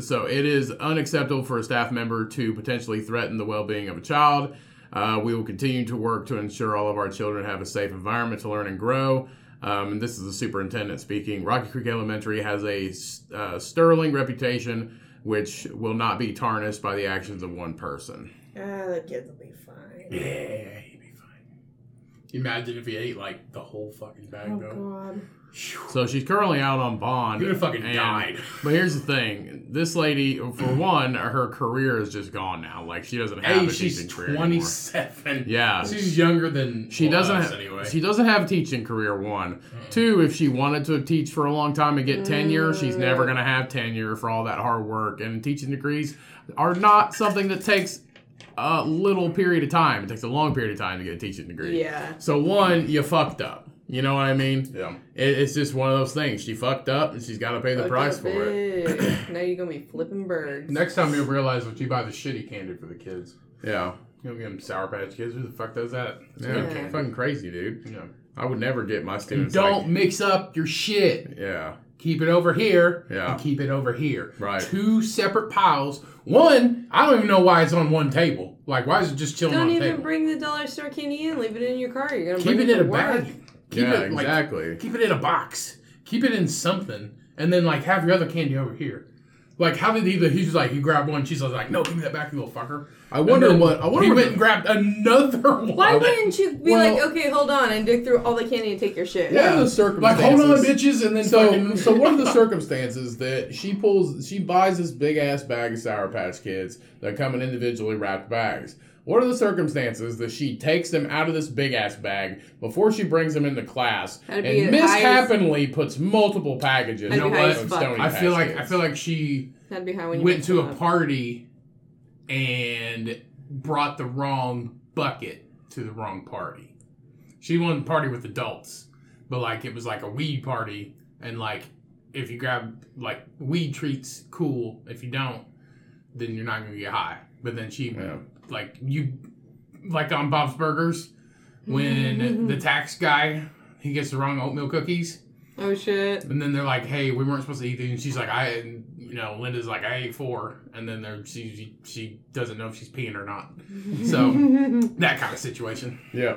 Speaker 1: so it is unacceptable for a staff member to potentially threaten the well-being of a child. Uh, we will continue to work to ensure all of our children have a safe environment to learn and grow. Um, and this is the superintendent speaking. Rocky Creek Elementary has a uh, sterling reputation, which will not be tarnished by the actions of one person.
Speaker 4: Ah, the kids will be fine.
Speaker 2: Yeah, he'd be fine. Imagine if he ate like the whole fucking bag
Speaker 4: Oh
Speaker 2: though.
Speaker 4: god.
Speaker 1: So she's currently out on bond.
Speaker 2: He'd have fucking
Speaker 1: and-
Speaker 2: died.
Speaker 1: But here's the thing: this lady, for one, her career is just gone now. Like she doesn't have
Speaker 2: Hey,
Speaker 1: a
Speaker 2: she's
Speaker 1: teaching career anymore.
Speaker 2: 27.
Speaker 1: Yeah,
Speaker 2: She's younger than
Speaker 1: she
Speaker 2: all
Speaker 1: doesn't.
Speaker 2: us,
Speaker 1: ha-
Speaker 2: anyway.
Speaker 1: She doesn't have a teaching career. One, two. If she wanted to teach for a long time and get
Speaker 2: Mm.
Speaker 1: tenure, she's never gonna have tenure for all that hard work. And teaching degrees are not something that takes a little period of time. It takes a long period of time to get a teaching degree.
Speaker 4: Yeah.
Speaker 1: So one, you fucked up. You know what I mean?
Speaker 2: yeah.
Speaker 1: It, it's just one of those things. She fucked up, and she's got to pay the price for it.
Speaker 3: now you're gonna be flipping birds.
Speaker 2: Next time you'll realize what you buy the shitty candy for the kids.
Speaker 1: Yeah,
Speaker 2: You'll give them Sour Patch Kids. Who the fuck does that? It's
Speaker 1: yeah,
Speaker 2: good
Speaker 3: Yeah.
Speaker 2: candy.
Speaker 1: fucking crazy, dude.
Speaker 2: Yeah.
Speaker 1: I would never get my students.
Speaker 2: Don't mix up your shit.
Speaker 1: like- yeah,
Speaker 2: keep it over here
Speaker 1: Yeah.
Speaker 2: and keep it over here.
Speaker 1: Right.
Speaker 2: Two separate piles. One, I don't even know why it's on one table. Like, why is it just chilling
Speaker 3: Don't
Speaker 2: on a
Speaker 3: even
Speaker 2: table?
Speaker 3: bring the dollar store candy in. Leave it in your car. You're gonna
Speaker 2: keep
Speaker 3: bring
Speaker 2: it in
Speaker 3: to
Speaker 2: a
Speaker 3: work.
Speaker 2: bag. Keep
Speaker 1: yeah,
Speaker 2: it, like,
Speaker 1: exactly.
Speaker 2: Keep it in a box. Keep it in something, and then like have your other candy over here. Like, how did he? He was like, he grabbed one. She's like, no, give me that back, you little fucker.
Speaker 1: I wonder
Speaker 2: And then
Speaker 1: what. I wonder
Speaker 2: He
Speaker 1: what
Speaker 2: went and grabbed another one.
Speaker 3: Why wouldn't you be
Speaker 1: Well-
Speaker 3: like, okay, hold on, and dig through all the candy and take your shit?
Speaker 1: What are the
Speaker 2: Like,
Speaker 1: circumstances?
Speaker 2: hold on, bitches, and then
Speaker 1: So,
Speaker 2: fucking-
Speaker 1: so what are the circumstances that she pulls? She buys this big ass bag of Sour Patch Kids that come in individually wrapped bags. What are the circumstances that she takes them out of this big ass bag before she brings them into class
Speaker 3: That'd be
Speaker 1: and
Speaker 3: the highest-
Speaker 1: mishappenly puts multiple packages?
Speaker 3: That'd
Speaker 2: be
Speaker 1: of
Speaker 2: high as
Speaker 1: Stony
Speaker 3: fuck.
Speaker 2: I feel
Speaker 1: Patch
Speaker 2: like I
Speaker 1: Kids?
Speaker 2: feel like she
Speaker 3: That'd be how when you
Speaker 2: went
Speaker 3: mix
Speaker 2: to
Speaker 3: them
Speaker 2: a
Speaker 3: up.
Speaker 2: party and brought the wrong bucket to the wrong party. She wanted to party with adults, but like it was like a weed party, and like if you grab like weed treats, cool. If you don't, then you're not gonna get high. But then she
Speaker 1: Yeah.
Speaker 2: like you like on Bob's Burgers when the tax guy he gets the wrong oatmeal cookies.
Speaker 3: Oh shit.
Speaker 2: And then they're like, "Hey, we weren't supposed to eat these." And she's like, "I," and, you know, Linda's like, "I ate four. And then they're, she, she she doesn't know if she's peeing or not. So that kind of situation.
Speaker 1: Yeah.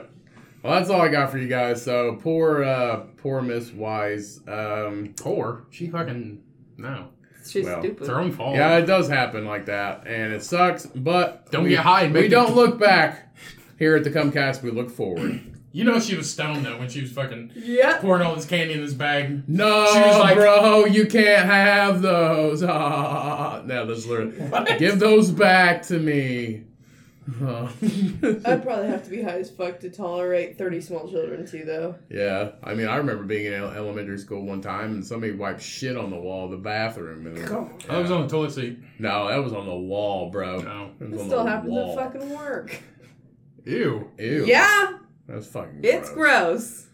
Speaker 1: Well, that's all I got for you guys. So poor, uh, poor Miss Wise. Um,
Speaker 2: Poor. She fucking no.
Speaker 3: She's
Speaker 1: Well,
Speaker 2: It's
Speaker 3: stupid.
Speaker 2: her own fault.
Speaker 1: yeah, it does happen like that, and it sucks. But
Speaker 2: Don't
Speaker 1: we-
Speaker 2: get high. And make
Speaker 1: We
Speaker 2: it-
Speaker 1: don't look back here at the Comcast. We look forward.
Speaker 2: You know, she was stoned though when she was fucking
Speaker 3: Yep.
Speaker 2: pouring all this candy in this bag.
Speaker 1: No,
Speaker 2: She was like-
Speaker 1: bro, you can't have those. Ah, no, that's literally. Give those back to me. Oh.
Speaker 4: I'd probably have to be high as fuck to tolerate 30 small children, too, though.
Speaker 1: yeah, I mean, I remember being in ele- elementary school one time, and somebody wiped shit on the wall of the bathroom. And
Speaker 2: I was on the toilet seat.
Speaker 1: no, that was on the wall, bro.
Speaker 2: No.
Speaker 1: It was
Speaker 4: It
Speaker 1: on
Speaker 4: still
Speaker 1: the
Speaker 4: happens
Speaker 1: wall.
Speaker 4: at fucking work.
Speaker 2: Ew.
Speaker 1: Ew.
Speaker 3: Yeah,
Speaker 1: That's fucking.
Speaker 3: it's
Speaker 1: gross.
Speaker 3: gross.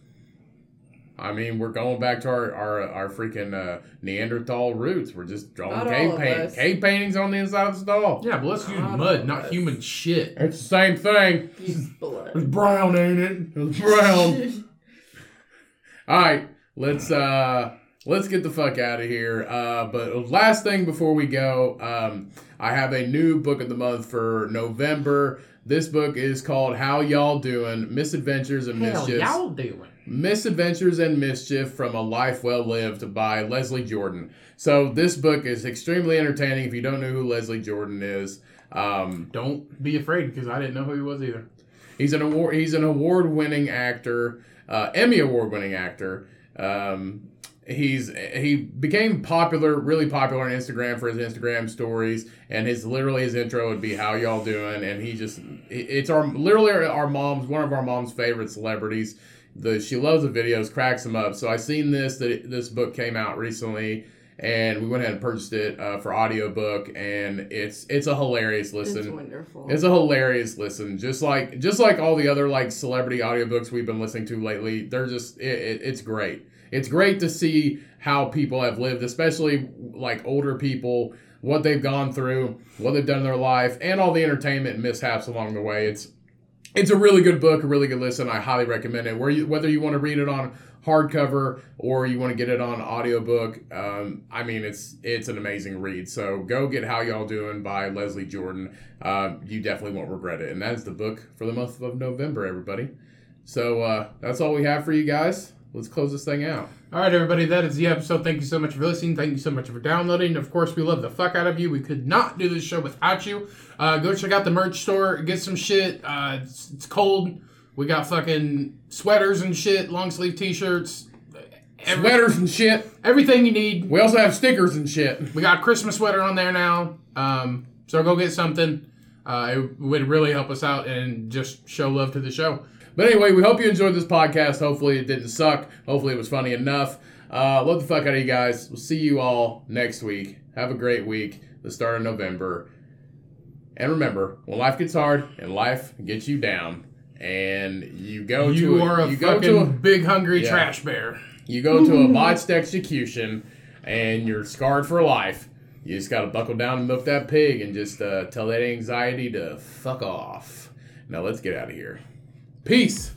Speaker 1: I mean, we're going back to our our, our freaking uh, Neanderthal roots. We're just drawing
Speaker 4: Not
Speaker 1: cave
Speaker 4: all of
Speaker 1: paint,
Speaker 4: us.
Speaker 1: cave paintings on the inside of the stall.
Speaker 2: Yeah, but let's use
Speaker 4: God,
Speaker 2: mud, not
Speaker 4: that's-
Speaker 2: human shit.
Speaker 1: It's the same thing.
Speaker 4: Use blood.
Speaker 2: It's brown, ain't it?
Speaker 1: It's brown. All right, let's uh let's get the fuck out of here. Uh, but last thing before we go, um, I have a new book of the month for November. This book is called "How Y'all Doing: Misadventures and
Speaker 2: Hell,
Speaker 1: Mischiefs."
Speaker 2: y'all doing?
Speaker 1: Misadventures and Mischief from a Life Well Lived by Leslie Jordan. So this book is extremely entertaining if you don't know who Leslie Jordan is. Um,
Speaker 2: Don't be afraid because I didn't know who he was either.
Speaker 1: he's an award he's an award winning actor, uh, Emmy award winning actor. Um, he's he became popular, really popular on Instagram for his Instagram stories, and his literally his intro would be "How y'all doing?" and he just it's our literally our mom's one of our mom's favorite celebrities the she loves the videos, cracks them up. So I seen this that this book came out recently, and we went ahead and purchased it uh, for audiobook, and it's it's a hilarious
Speaker 3: It's
Speaker 1: listen.
Speaker 3: wonderful.
Speaker 1: It's a hilarious listen, just like just like all the other like celebrity audiobooks we've been listening to lately. They're just it, it, it's great. It's great to see how people have lived, especially like older people, what they've gone through, what they've done in their life, and all the entertainment and mishaps along the way. It's it's a really good book, a really good listen. I highly recommend it. Where you, whether you want to read it on hardcover or you want to get it on audiobook, um, I mean, it's it's an amazing read. So go get How Y'all Doing by Leslie Jordan. Um, you definitely won't regret it. And that is the book for the month of November, everybody. So uh, that's all we have for you guys. Let's close this thing out.
Speaker 2: All right, everybody, that is the episode. Thank you so much for listening. Thank you so much for downloading. Of course, we love the fuck out of you. We could not do this show without you. Uh, go check out the merch store. Get some shit. Uh, it's, it's cold. We got fucking sweaters and shit, long sleeve t shirts,
Speaker 1: Sweaters and shit.
Speaker 2: everything you need.
Speaker 1: We also have stickers and shit.
Speaker 2: We got a Christmas sweater on there now. Um, so go get something. Uh, it would really help us out and just show love to the show.
Speaker 1: But anyway, we hope you enjoyed this podcast. Hopefully, it didn't suck. Hopefully, it was funny enough. Uh, love the fuck out of you guys. We'll see you all next week. Have a great week. The start of November. And remember, when life gets hard and life gets you down, and you go
Speaker 2: You
Speaker 1: to
Speaker 2: are a
Speaker 1: you go
Speaker 2: fucking
Speaker 1: to a,
Speaker 2: big hungry
Speaker 1: Yeah.
Speaker 2: trash bear.
Speaker 1: you go to a botched execution, and you're scarred for life. You just gotta buckle down and milk that pig, and just uh, tell that anxiety to fuck off. Now let's get out of here. Peace.